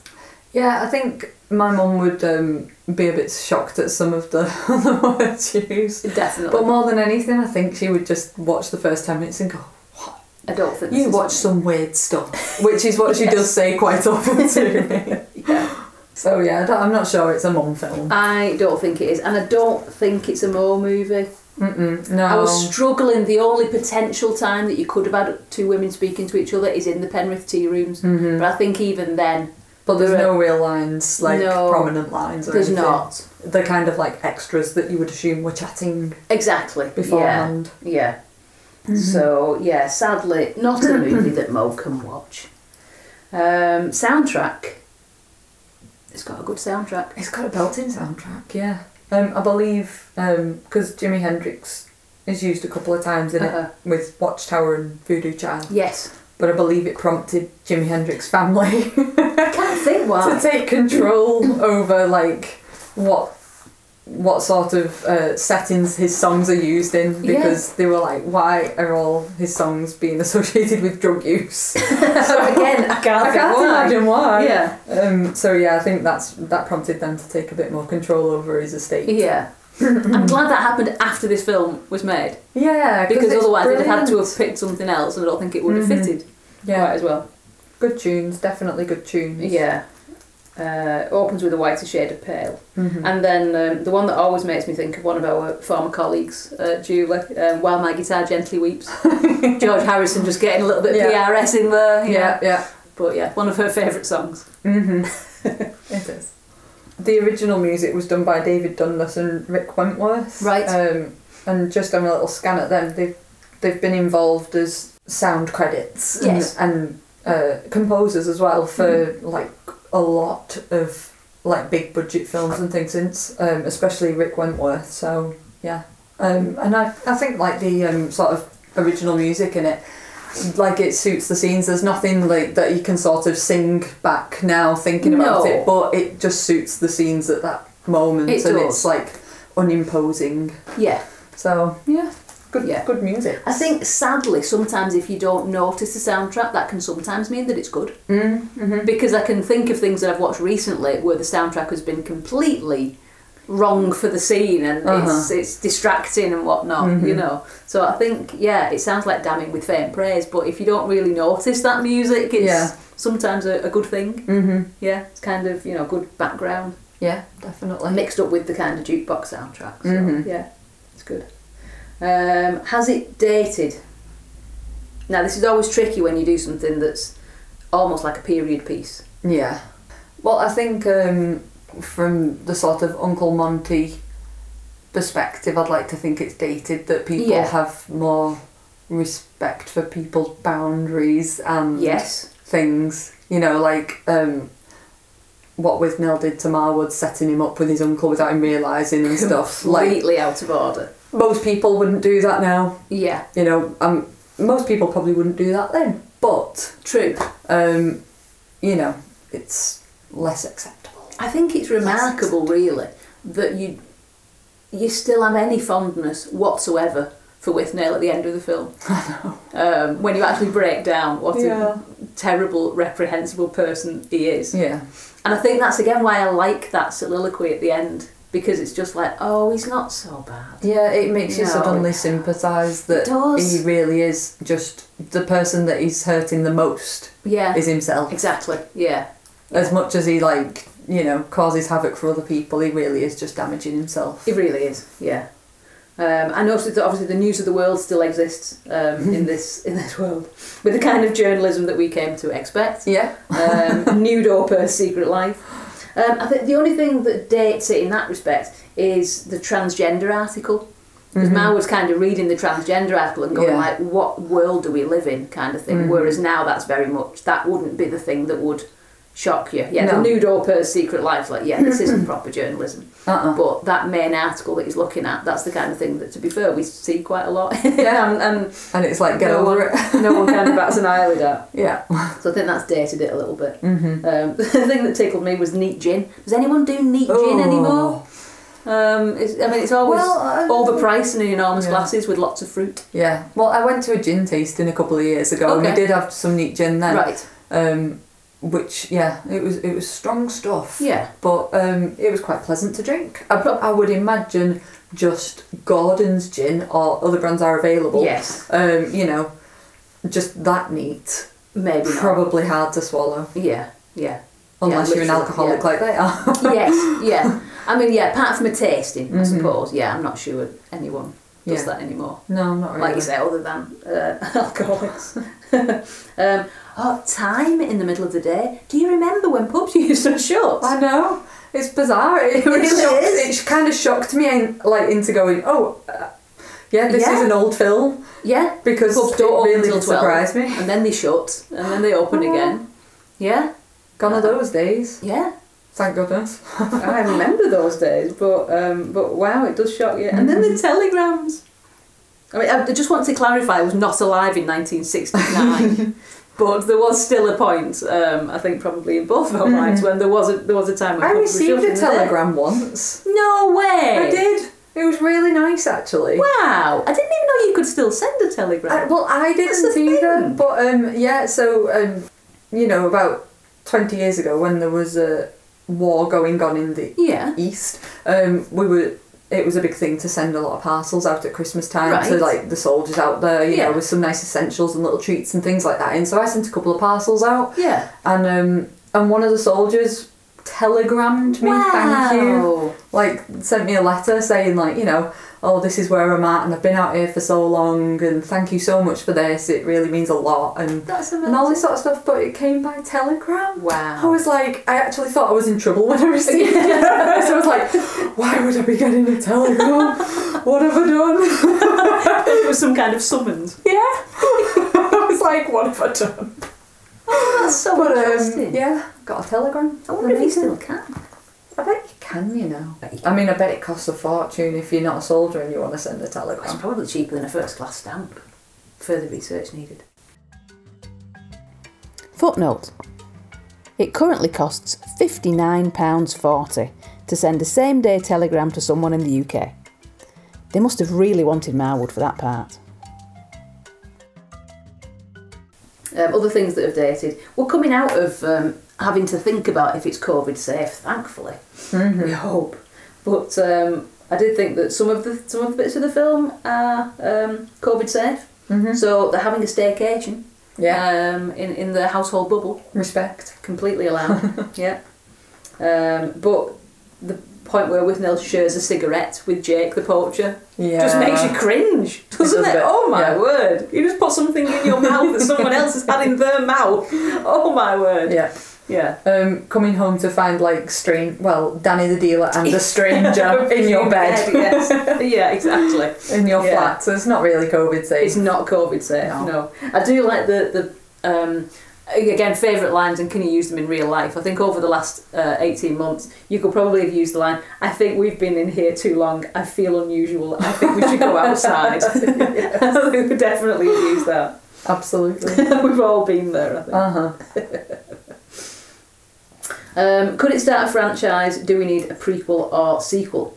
B: Yeah, I think my mum would um, be a bit shocked at some of the (laughs) the words used.
A: Definitely.
B: But more than anything, I think she would just watch the first 10 minutes and go, What?
A: I don't think
B: You watch some weird stuff. Which is what she does say quite often to
A: (laughs)
B: me.
A: Yeah.
B: So yeah, I don't- I'm not sure it's a mum film.
A: I don't think it is, and I don't think it's a Mo movie.
B: Mm-mm, no.
A: I was struggling. The only potential time that you could have had two women speaking to each other is in the Penrith tea rooms, but I think even then,
B: But there's
A: There are-
B: no real lines, like
A: No.
B: prominent lines or
A: there's
B: anything.
A: not
B: They're kind of like extras that you would assume were chatting
A: exactly
B: beforehand.
A: Yeah, yeah. Mm-hmm. So yeah, sadly, not a movie that Mo can watch. Um, soundtrack. It's got a good soundtrack.
B: It's got a built-in soundtrack, yeah. Um, I believe because Jimi Hendrix is used a couple of times in
A: Uh-huh.
B: it with Watchtower and Voodoo Child,
A: Yes,
B: but I believe it prompted Jimi Hendrix family (laughs)
A: I can't think why. (laughs)
B: to take control over like what what sort of uh, settings his songs are used in
A: Yeah.
B: because they were like, why are all his songs being (laughs) associated with
A: (laughs)
B: drug use? so
A: Again, I can't,
B: (laughs) I
A: think
B: can't
A: why.
B: imagine why.
A: Yeah.
B: Um, so yeah, I think that's that prompted them to take a bit more control over his
A: (laughs)
B: estate.
A: Yeah. I'm glad that happened after this film was made
B: Yeah,
A: because Mm-hmm.
B: it's
A: otherwise they'd have had to
B: brilliant.
A: have picked something else, and I don't think it would have
B: Mhm.
A: fitted
B: Yeah,
A: quite as well.
B: good tunes, definitely good tunes.
A: Yeah. Uh, opens with a whiter shade of pale,
B: Mhm.
A: and then um, the one that always makes me think of one of our former colleagues, uh, Julie. Um, While my guitar gently (laughs) weeps, George Harrison just getting a little bit
B: Yeah.
A: PRS in there. you
B: yeah,
A: know.
B: yeah.
A: but yeah, one of her favourite songs.
B: hmm
A: (laughs)
B: it is. The original music was done by David Dundas and Rick Wentworth.
A: Right.
B: Um, and just having a little scan at them, they've they've been involved as sound credits.
A: Yes. Mm-hmm.
B: And, and uh, composers as well for like a lot of like big budget films and things since, um, especially Rick Wentworth. So yeah, um, and I I think like the um, sort of original music in it, like it suits the scenes. There's nothing like that you can sort of sing back now thinking about
A: No.
B: it, but it just suits the scenes at that moment,
A: It
B: and
A: does.
B: it's like unimposing.
A: Yeah.
B: So yeah, good
A: Yeah.
B: good music.
A: I think sadly, sometimes if you don't notice the soundtrack, that can sometimes mean that it's good.
B: Mm-hmm.
A: Because I can think of things that I've watched recently where the soundtrack has been completely wrong for the scene and
B: Uh-huh.
A: it's, it's distracting and whatnot, you
B: Mm-hmm.
A: know. So I think, yeah, it sounds like damning with faint praise, but if you don't really notice that music, it's
B: Yeah.
A: sometimes a, a good thing.
B: Mm-hmm.
A: Yeah, it's kind of, you know, good background
B: Yeah, definitely.
A: mixed up with the kind of jukebox soundtrack. So,
B: Mhm.
A: Yeah, it's good. Um, has it dated? Now, this is always tricky when you do something that's almost like a period piece.
B: Yeah. Well, I think um, from the sort of Uncle Monty perspective, I'd like to think it's dated that people
A: Yeah.
B: have more respect for people's boundaries
A: Mm.
B: and
A: Yes.
B: things. You know, like um, what with Nell did to Marwood, setting him up with his uncle without him realising and stuff. like,
A: Completely out of order.
B: most people wouldn't do that now.
A: Yeah,
B: You know, um, most people probably wouldn't do that then. But,
A: true.
B: um, you know, it's less acceptable.
A: I think it's remarkable, really, that you you still have any fondness whatsoever for Withnail at the end of the (laughs) film. Um, when you actually break down what
B: Yeah.
A: a terrible, reprehensible person he is.
B: Yeah.
A: And I think that's again why I like that soliloquy at the end because it's just like, oh, he's not so bad.
B: Yeah, it makes you,
A: No,
B: suddenly
A: it-
B: sympathise that
A: It does.
B: he really is just the person that he's hurting the most
A: Yeah,
B: is himself.
A: exactly. Yeah,
B: As much as he like, you know, causes havoc for other people, he really is just damaging himself.
A: it really is. Yeah. Um, and also, that obviously, the news of the world still exists um,
B: (laughs)
A: in this in this world with the kind of journalism that we came to expect.
B: Yeah.
A: Um, (laughs) nude or per secret life. Um, I think the only thing that dates it in that respect is the transgender article. Because Mao was kind of reading the transgender article and going
B: Mm-hmm. Yeah. Mm-hmm.
A: like, "What world do we live in?" kind of thing. Whereas now, that's very much that wouldn't be the thing that would shock you. Yeah,
B: No.
A: the nude or per secret life. Like, yeah, this
B: (clears throat)
A: isn't proper journalism.
B: Uh-uh.
A: But that main article that he's looking at, that's the kind of thing that, to be fair, we see quite a lot. (laughs)
B: Yeah.
A: and, and
B: And it's like, get
A: no one,
B: over it.
A: no one kind of
B: (laughs)
A: bats an eyelid at.
B: Yeah.
A: So I think that's dated it a little bit.
B: Mm-hmm.
A: Um, (laughs) the thing that tickled me was neat gin. Does anyone do neat
B: Oh.
A: gin anymore? Um, it's, I mean, it's always
B: Well, I-
A: overpriced and in enormous
B: Yeah.
A: glasses with lots of fruit.
B: Yeah. Well, I went to a gin tasting a couple of years ago and we
A: Okay.
B: did have some neat gin then.
A: right.
B: Um, which yeah, it was it was strong stuff.
A: Yeah.
B: but um, it was quite pleasant to drink. I, pro- I would imagine just Gordon's gin or other brands are available.
A: Yes.
B: Um, you know, just that neat.
A: Maybe not.
B: Probably hard to swallow
A: Yeah. Yeah.
B: unless
A: Yeah,
B: you're an
A: literally,
B: alcoholic
A: yeah.
B: like they are. (laughs)
A: yes. Yeah. I mean, yeah. Apart from a tasting, I
B: Mhm.
A: suppose. Yeah. I'm not sure anyone does
B: Yeah.
A: that anymore.
B: no, not really.
A: Like you say, other than uh, (laughs) alcoholics. um, oh, time in the middle of the day. Do you remember when pubs (laughs) used to shut?
B: I know. It's bizarre. It,
A: It really
B: shocked,
A: is.
B: It kind of shocked me, in, like into going, oh, uh, yeah, this
A: Yeah.
B: is an old film
A: Yeah.
B: because
A: Pubs
B: it
A: don't open
B: really
A: till
B: did
A: 12.
B: surprise me.
A: and then they shut, and then they open
B: Oh.
A: again. Yeah,
B: Gone are those days.
A: yeah.
B: Thank goodness.
A: I remember those days, but um, but wow, it does shock you. And then the telegrams. I mean, I just want to clarify, I was not alive in
B: (laughs)
A: 1969, but there was still a point. Um, I think probably in both of our lives when there was a there was a time when
B: Mm-hmm. I
A: pubs were
B: received
A: shut in the
B: a
A: day.
B: telegram once.
A: No way!
B: I did. It was really nice, actually.
A: Wow! I didn't even know you could still send a telegram.
B: I, well, I
A: That's
B: didn't
A: the
B: either,
A: thing.
B: but um, yeah. So um, you know, about twenty years ago, when there was a war going on in the
A: yeah.
B: east, um, we were. It was a big thing to send a lot of parcels out at Christmas time to
A: Right.
B: like the soldiers out there, you
A: Yeah.
B: know, with some nice essentials and little treats and things like that. And so I sent a couple of parcels out,
A: Yeah.
B: and um, and one of the soldiers telegrammed me,
A: wow.
B: thank you. like sent me a letter saying like you know oh this is where i'm at and i've been out here for so long and thank you so much for this it really means a lot and
A: That's amazing.
B: and all this sort of stuff but it came by telegram
A: Wow.
B: i was like i actually thought i was in trouble when i received
A: (laughs)
B: it so i was like why would i be getting a telegram Oh, what have i done
A: it was some kind of summons.
B: yeah (laughs) i was like what have i done
A: Oh, that's so
B: but um,
A: interesting.
B: yeah got a telegram
A: I wonder if you
B: Amazing.
A: still can.
B: I bet you can, you know.
A: Bet you
B: I mean, I bet it costs a fortune if you're not a soldier and you want to send a
A: It's
B: telegram.
A: probably cheaper than a first class stamp. Further research needed.
C: Footnote It currently costs £59.40 to send a same day telegram to someone in the UK. They must have really wanted Marwood for that part.
A: Um, other things that have dated. We're coming out of um, having to think about if it's COVID safe, thankfully.
B: Mm-hmm.
A: We hope. But um, I did think that some of the some of the bits of the film are um, COVID safe. So they're having a staycation.
B: Mm-hmm. Yeah.
A: Um, in in the household bubble,
B: Respect.
A: completely allowed.
B: (laughs)
A: yeah. Um, but the point where Withnell shares a cigarette with Jake the poacher
B: Yeah.
A: just makes you cringe,
B: (laughs)
A: doesn't
B: does
A: it?
B: a bit,
A: Oh my
B: yeah.
A: word! You just put something in your mouth that someone else has had in their mouth. Oh my word!
B: Yeah.
A: Yeah.
B: Um, coming home to find like strange, well, Danny the dealer and
A: (laughs)
B: a stranger in your bed,
A: yes. Yeah, exactly.
B: (laughs) in your
A: Yeah.
B: flat. So it's not really COVID safe.
A: It's not COVID safe. No.
B: No.
A: I do like the the um, again favourite lines and can you use them in real life? I think over the last uh, eighteen months, you could probably have used the line. I think we've been in here too long. I feel unusual. I think we should go outside. I think (laughs) we definitely use that. (laughs)
B: Absolutely.
A: We've all been there. I think.
B: uh huh.
A: Um, could it start a franchise? Do we need a prequel or sequel?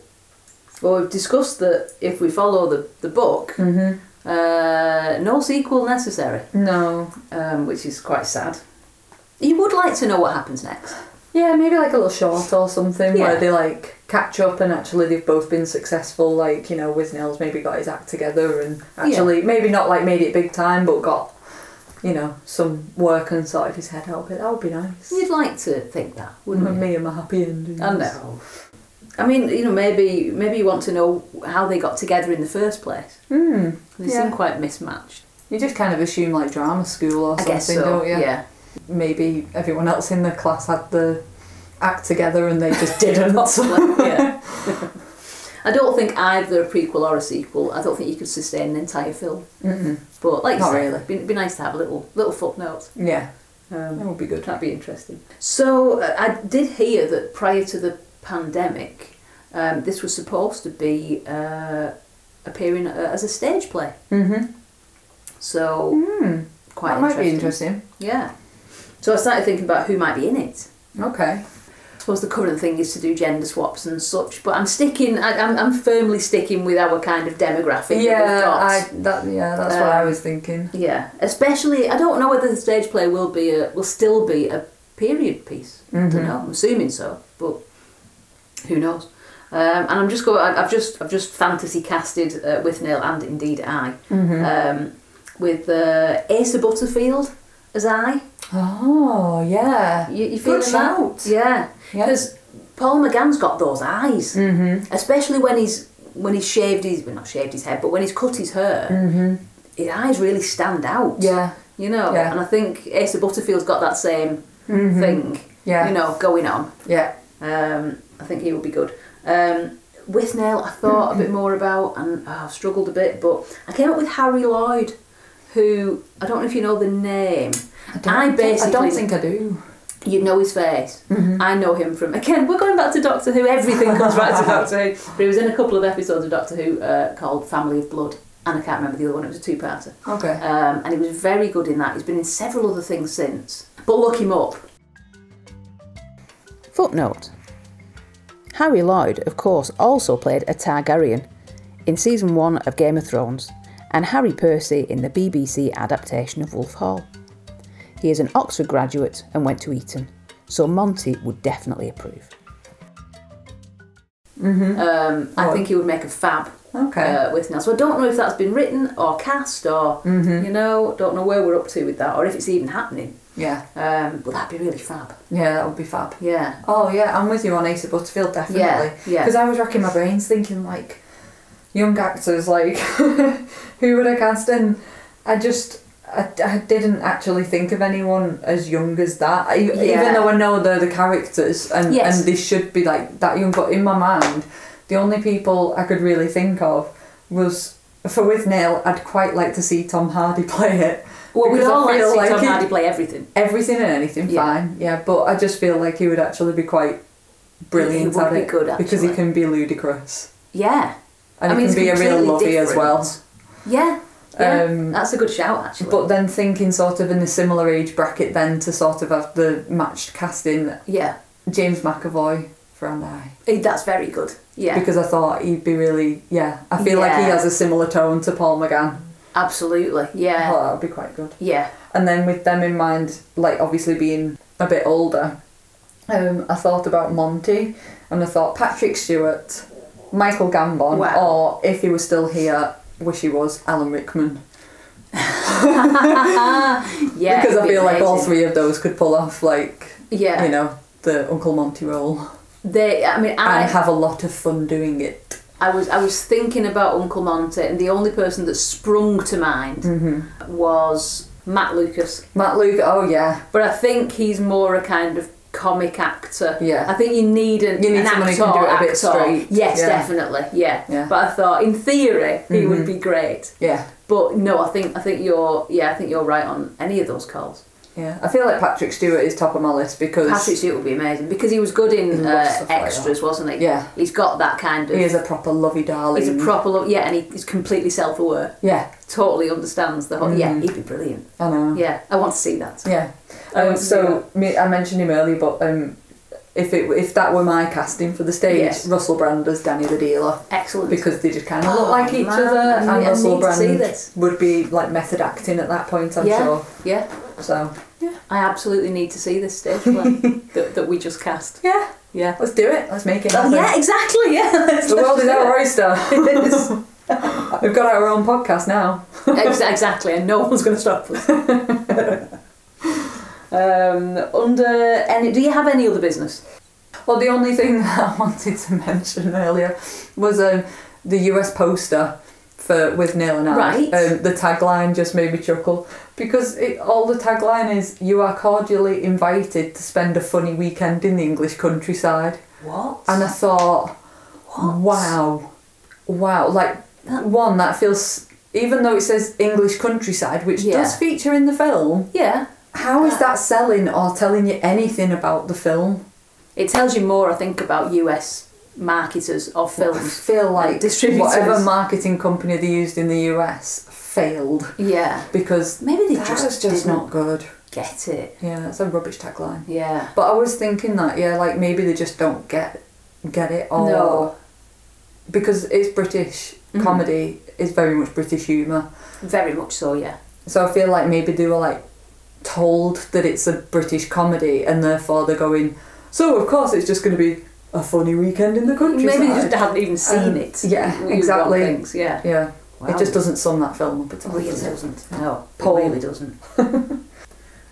A: Well, we've discussed that if we follow the, the book,
B: hmm
A: uh, no sequel necessary,
B: No.
A: um, which is quite sad. You would like to know what happens next.
B: Yeah, maybe like a little short or something
A: Yeah.
B: where they like catch up and actually they've both been successful. Like you know, Wisnell's maybe got his act together and actually maybe not like made it big time, but got you know some work and sorted his head out. But that would be nice.
A: You'd like to think that, wouldn't
B: Wouldn't (laughs) me and my happy ending.
A: you? I know. I mean, you know, maybe maybe you want to know how they got together in the first place.
B: Hmm.
A: They
B: Yeah.
A: seem quite mismatched.
B: You just kind of assume like drama school or
A: I
B: something,
A: guess so.
B: don't you? (laughs)
A: Yeah.
B: Maybe everyone else in the class had the act together and
A: (laughs)
B: they just didn't.
A: Possibly, yeah. I don't think either a prequel or a sequel. I don't think you could sustain an entire film.
B: Mm-mm.
A: But like, you
B: Not
A: said,
B: really.
A: it'd be, it'd be nice to have a little little footnote.
B: Yeah, that
A: Um,
B: would be good.
A: that'd be interesting. So uh, I did hear that prior to the pandemic, um, this was supposed to be uh, appearing uh, as a stage play.
B: Mm-hmm.
A: So
B: Mm.
A: quite
B: That might be interesting.
A: Yeah. So I started thinking about who might be in it.
B: Okay.
A: I suppose the current thing is to do gender swaps and such, but I'm sticking. I, I'm, I'm firmly sticking with our kind of demographic. that we've
B: Yeah,
A: got.
B: I, that, yeah, that's what I
A: Um,
B: was thinking.
A: Yeah, especially I don't know whether the stage play will be a, will still be a period piece. I
B: Mhm.
A: don't know. I'm assuming so, but who knows? Um, and I'm just going. I've just I've just fantasy casted uh, with Neil and indeed I
B: Mm-hmm.
A: um, with uh, Asa Butterfield as I.
B: Oh, yeah.
A: You, you feeling
B: Good
A: that?
B: shout.
A: Yeah,
B: Yeah.
A: because Paul McGann's got those eyes,
B: Mm-hmm.
A: especially when he's when he's shaved his well, not shaved his head, but when he's cut his hair,
B: Mm-hmm.
A: his eyes really stand out.
B: Yeah.
A: You know,
B: Yeah.
A: and I think Asa Butterfield's got that same
B: Mhm.
A: thing,
B: Yeah.
A: you know, going on.
B: Yeah.
A: Um, I think he will be good. Um, Withnell, I thought a bit more about, and oh, I've struggled a bit, but I came up with Harry Lloyd, who I don't know if you know the name. I, basically
B: I don't think I do.
A: you know his face.
B: Mm-hmm.
A: I know him from again. We're going back to Doctor Who. Everything comes back to Doctor Who.
B: (laughs)
A: But he was in a couple of episodes of Doctor Who uh, called Family of Blood, and I can't remember the other one. It was a two-parter,
B: Okay.
A: um, and he was very good in that. He's been in several other things since. But look him up.
C: Footnote Harry Lloyd, of course, also played a Targaryen in season 1 of Game of Thrones and Harry Percy in the BBC adaptation of Wolf Hall. He is an Oxford graduate and went to Eton, so Monty would definitely approve.
A: Um, I
B: Oh.
A: think he would make a fab
B: Okay.
A: uh, with Nell. So I don't know if that's been written or cast or
B: Mm-hmm.
A: you know, don't know where we're up to with that or if it's even happening.
B: yeah.
A: Um, but that'd be really fab.
B: Yeah, that would be fab.
A: Yeah.
B: Oh yeah, I'm with you on Ace of Butterfield definitely.
A: Yeah, yeah.
B: Because I was racking my brains thinking like young actors like (laughs) who would I cast and I just I, I didn't actually think of anyone as young as that. I,
A: Yeah.
B: Even though I know they're the characters and
A: Yes.
B: and they should be like that young, but in my mind, the only people I could really think of was. For with Nail, I'd quite like to see Tom Hardy (laughs) play it.
A: Well, we'd
B: because I
A: all like to
B: feel
A: see
B: like
A: Tom
B: it-
A: Hardy play everything.
B: everything and anything
A: Yeah.
B: fine yeah but i just feel like he would actually be quite
A: He
B: brilliant
A: would
B: at
A: be
B: it
A: good,
B: because he
A: actually.
B: can be ludicrous
A: Yeah.
B: and
A: I mean,
B: he
A: it's
B: can be a real
A: completely
B: lovey as well.
A: different. Yeah. Yeah.
B: Um,
A: That's a good shout, actually.
B: But then thinking sort of in a similar age bracket, then to sort of have the matched casting
A: yeah.
B: James McAvoy for an eye
A: Eh, That's very good. Yeah.
B: because I thought he'd be really yeah. I feel like he
A: Yeah.
B: has a similar tone to Paul McGann.
A: Absolutely. Yeah.
B: Oh, that would be quite good.
A: Yeah.
B: And then with them in mind, like obviously being a bit older, um, I thought about Monty and I thought Patrick Stewart, Michael Gambon,
A: Wow.
B: or if he was still here, wish he was Alan Rickman.
A: Yeah.
B: because I
A: it'd be
B: feel like all
A: amazing.
B: three of those could pull off like
A: Yeah.
B: you know the Uncle Monty role
A: They. I mean, I.
B: and have a lot of fun doing it.
A: I was I was thinking about Uncle Monty, and the only person that sprung to mind
B: Mm-hmm.
A: was Matt Lucas.
B: Matt Luke, oh yeah,
A: But I think he's more a kind of comic actor.
B: Yeah.
A: I think you need an,
B: You need
A: an
B: someone
A: actor.
B: who can do it a bit
A: actor.
B: straight.
A: Yes,
B: Yeah.
A: definitely. Yeah.
B: Yeah. Mm-hmm.
A: But I thought, in theory, he would be great.
B: yeah,
A: But no, I think I think you're yeah I think you're right on any of those calls.
B: yeah. I feel like Patrick Stewart is top of my list because
A: Patrick Stewart would be amazing because he was good in
B: Lots of
A: uh,
B: stuff like
A: extras, wasn't he?
B: Yeah.
A: He's got that kind of.
B: he is a proper lovey darling.
A: he's a proper lo- yeah, and he, he's completely self-aware.
B: yeah,
A: totally understands the whole. Yeah,
B: Mm-hmm.
A: he'd be brilliant.
B: I know.
A: Yeah, I want to see that.
B: Yeah.
A: I
B: Um,
A: wouldn't
B: so me, I mentioned him earlier, but um, if it if that were my casting for the stage,
A: Yes.
B: Russell Brand as Danny the Dealer,
A: Excellent.
B: because they just kind of look
A: Oh,
B: like each
A: man,
B: other,
A: I
B: and
A: need- I
B: Russell
A: need to see
B: Brand
A: this.
B: would be like method acting at that point, I'm
A: yeah,
B: sure.
A: yeah,
B: So
A: I absolutely need to see this stage play
B: (laughs)
A: that, that we just cast.
B: yeah,
A: Yeah.
B: let's do it. Let's make it.
A: Oh,
B: happen.
A: yeah, exactly. (laughs) Yeah, Let's
B: The world
A: do
B: is
A: it.
B: our oyster.
A: It
B: (laughs)
A: is.
B: We've got our own podcast now.
A: Ex- exactly, and no one's going to stop us. um, under any, do you have any other business?
B: Well, the only thing (laughs) that I wanted to mention earlier was um, the US poster for with Neil and I.
A: Right.
B: Um, the tagline just made me chuckle because it, all the tagline is "You are cordially invited to spend a funny weekend in the English countryside,"
A: What?
B: and I thought,
A: What?
B: wow, wow, like one that feels. Even though it says English countryside, which
A: Yeah. Uh,
B: does feature in the film,
A: yeah,
B: how is that selling or telling you anything about the film?
A: it tells you more. I think about US marketers of
B: I
A: films.
B: feel like
A: distributors.
B: whatever marketing company they used in the US failed
A: Yeah,
B: because
A: maybe they
B: that
A: just
B: was just
A: didn't
B: not good.
A: get it.
B: Yeah, that's a rubbish tagline.
A: Yeah.
B: But I was thinking that yeah, like maybe they just don't get get it or
A: No. Mm-hmm.
B: because it's British comedy is very much British humour.
A: Very much so, yeah.
B: So I feel like maybe they were like told that it's a British comedy and therefore they're going. So of course it's just going to be a funny weekend in the country.
A: Maybe they just hadn't even seen
B: Um,
A: it.
B: yeah,
A: We- we
B: exactly.
A: want Things, yeah.
B: Yeah.
A: Wow.
B: It just doesn't sum that film up at all.
A: Really
B: does it?
A: doesn't. No, it
B: Paul.
A: really doesn't. (laughs)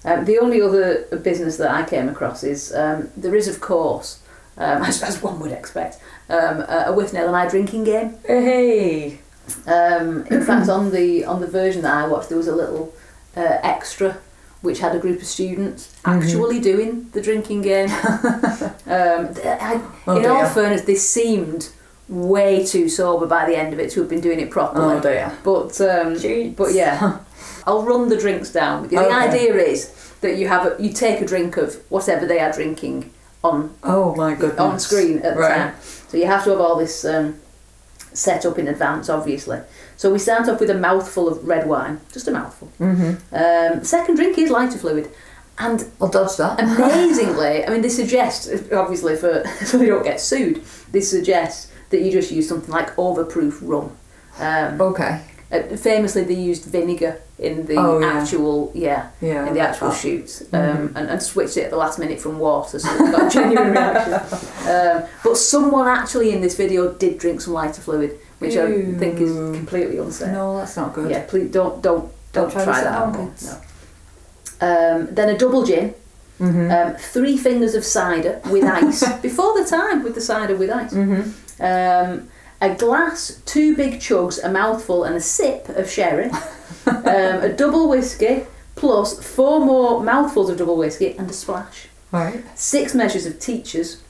A: um, the only other business that I came across is um, there is, of course, um, (laughs) as, as one would expect, um, a, a with Nell and I drinking game.
B: Hey.
A: Um, in fact, on the on the version that I watched, there was a little uh, extra which had a group of students
B: Mm-hmm.
A: actually doing the drinking
B: (laughs)
A: game. um, th- I,
B: Oh
A: in all
B: dear.
A: fairness, they seemed way too sober by the end of it to have been doing it properly.
B: Oh dear.
A: But um,
B: Jeez.
A: but
B: (laughs)
A: yeah, I'll run the drinks down. with you. The
B: Okay.
A: idea is that you have a, you take a drink of whatever they are drinking on
B: Oh my goodness.
A: on screen at the
B: right.
A: time. So you have to have all this um, set up in advance, obviously. So we start off with a mouthful of red wine, just a mouthful. Mm-hmm. Um, second drink is lighter fluid. And
B: I'll dodge that.
A: amazingly, I mean, they suggest, obviously, for (laughs) so you don't get sued, they suggest that you just use something like overproof rum. Um,
B: okay.
A: uh, famously, they used vinegar in the
B: Oh, yeah. Oh, Mm-hmm.
A: actual, yeah,
B: Yeah, I
A: in the
B: like
A: actual
B: that.
A: shoot, um, and, and switched it at the last minute from water, so it got (laughs) a genuine reaction. Um, but someone actually in this video did drink some lighter fluid, which I think is
B: Ew.
A: completely unsafe.
B: No, that's not good.
A: Yeah, please don't don't don't, try,
B: try this
A: that.
B: at
A: at
B: home,
A: home,
B: kids.
A: No. Um, then a double gin,
B: Mm-hmm.
A: um, three fingers of cider with
B: (laughs)
A: ice before the time with the cider with ice.
B: Mm-hmm.
A: Um, a glass, two big chugs, a mouthful, and a sip of sherry. um, a double whiskey plus four more mouthfuls of double whiskey and a splash
B: Right.
A: six measures of teachers,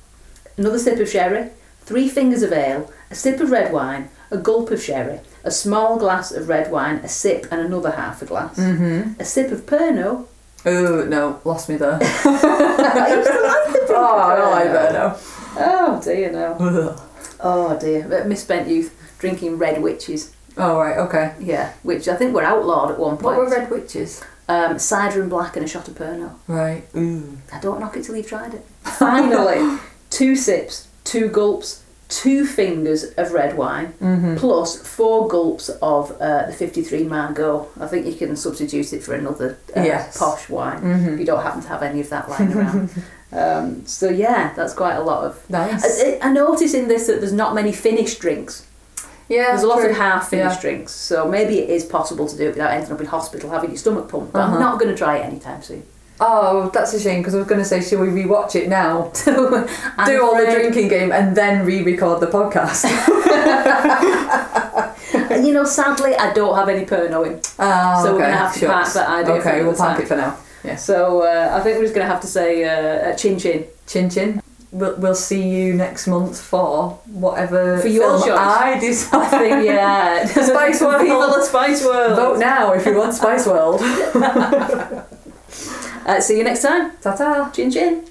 A: another sip of sherry, three fingers of ale, a sip of red wine, a gulp of sherry, a small glass of red wine, a sip and another half a glass,
B: Mm.
A: a sip of Pernod. (laughs)
B: Oh no, lost me there.
A: I used to like the
B: oh, I don't like
A: Pernod.
B: that now.
A: Oh dear, no.
B: oh
A: Oh dear. But Misspent youth drinking red witches.
B: right, okay.
A: Yeah, which I think were outlawed at one point.
B: What were red witches?
A: Um, cider and black and a shot of Pernod.
B: Right. Ooh.
A: I don't knock it till you've tried it.
B: (laughs)
A: Finally, two sips, two gulps, two fingers of red wine,
B: Mm-hmm.
A: plus four gulps of uh, the 53 Margot. I think you can substitute it for another uh,
B: Yes. Mm-hmm.
A: posh wine if you don't happen to have any of that lying around.
B: (laughs)
A: um, so, yeah, that's quite a lot of.
B: Nice.
A: I, I I notice in this that there's not many finished drinks.
B: Yeah.
A: There's a lot
B: true.
A: of half finished
B: Yeah.
A: drinks, so maybe it is possible to do it without ending up in hospital having your stomach pumped. But
B: Uh-huh.
A: I'm not going to try it anytime soon.
B: Oh, that's a shame because I was going to say, should we rewatch it now?
A: So, I'm
B: Do all the
A: afraid-
B: drinking game and then re-record the
A: (laughs)
B: podcast.
A: And, (laughs) You know, sadly, I don't have any Pernod in.
B: Oh,
A: So we're
B: okay.
A: gonna have to
B: shucks.
A: park that idea for
B: Okay, we'll
A: another
B: park
A: time.
B: it for now. Yes.
A: So uh, I think we're just going to have to say uh, uh, chin
B: (laughs)
A: chin.
B: Chin chin. We'll, we'll see you next month for whatever
A: For your
B: film
A: choice.
B: I decide.
A: (laughs) I think, yeah. (laughs)
B: Spice World.
A: People of Spice World.
B: Vote now if you want Spice World.
A: Uh, see you next time.
B: Ta ta.
A: Chin chin.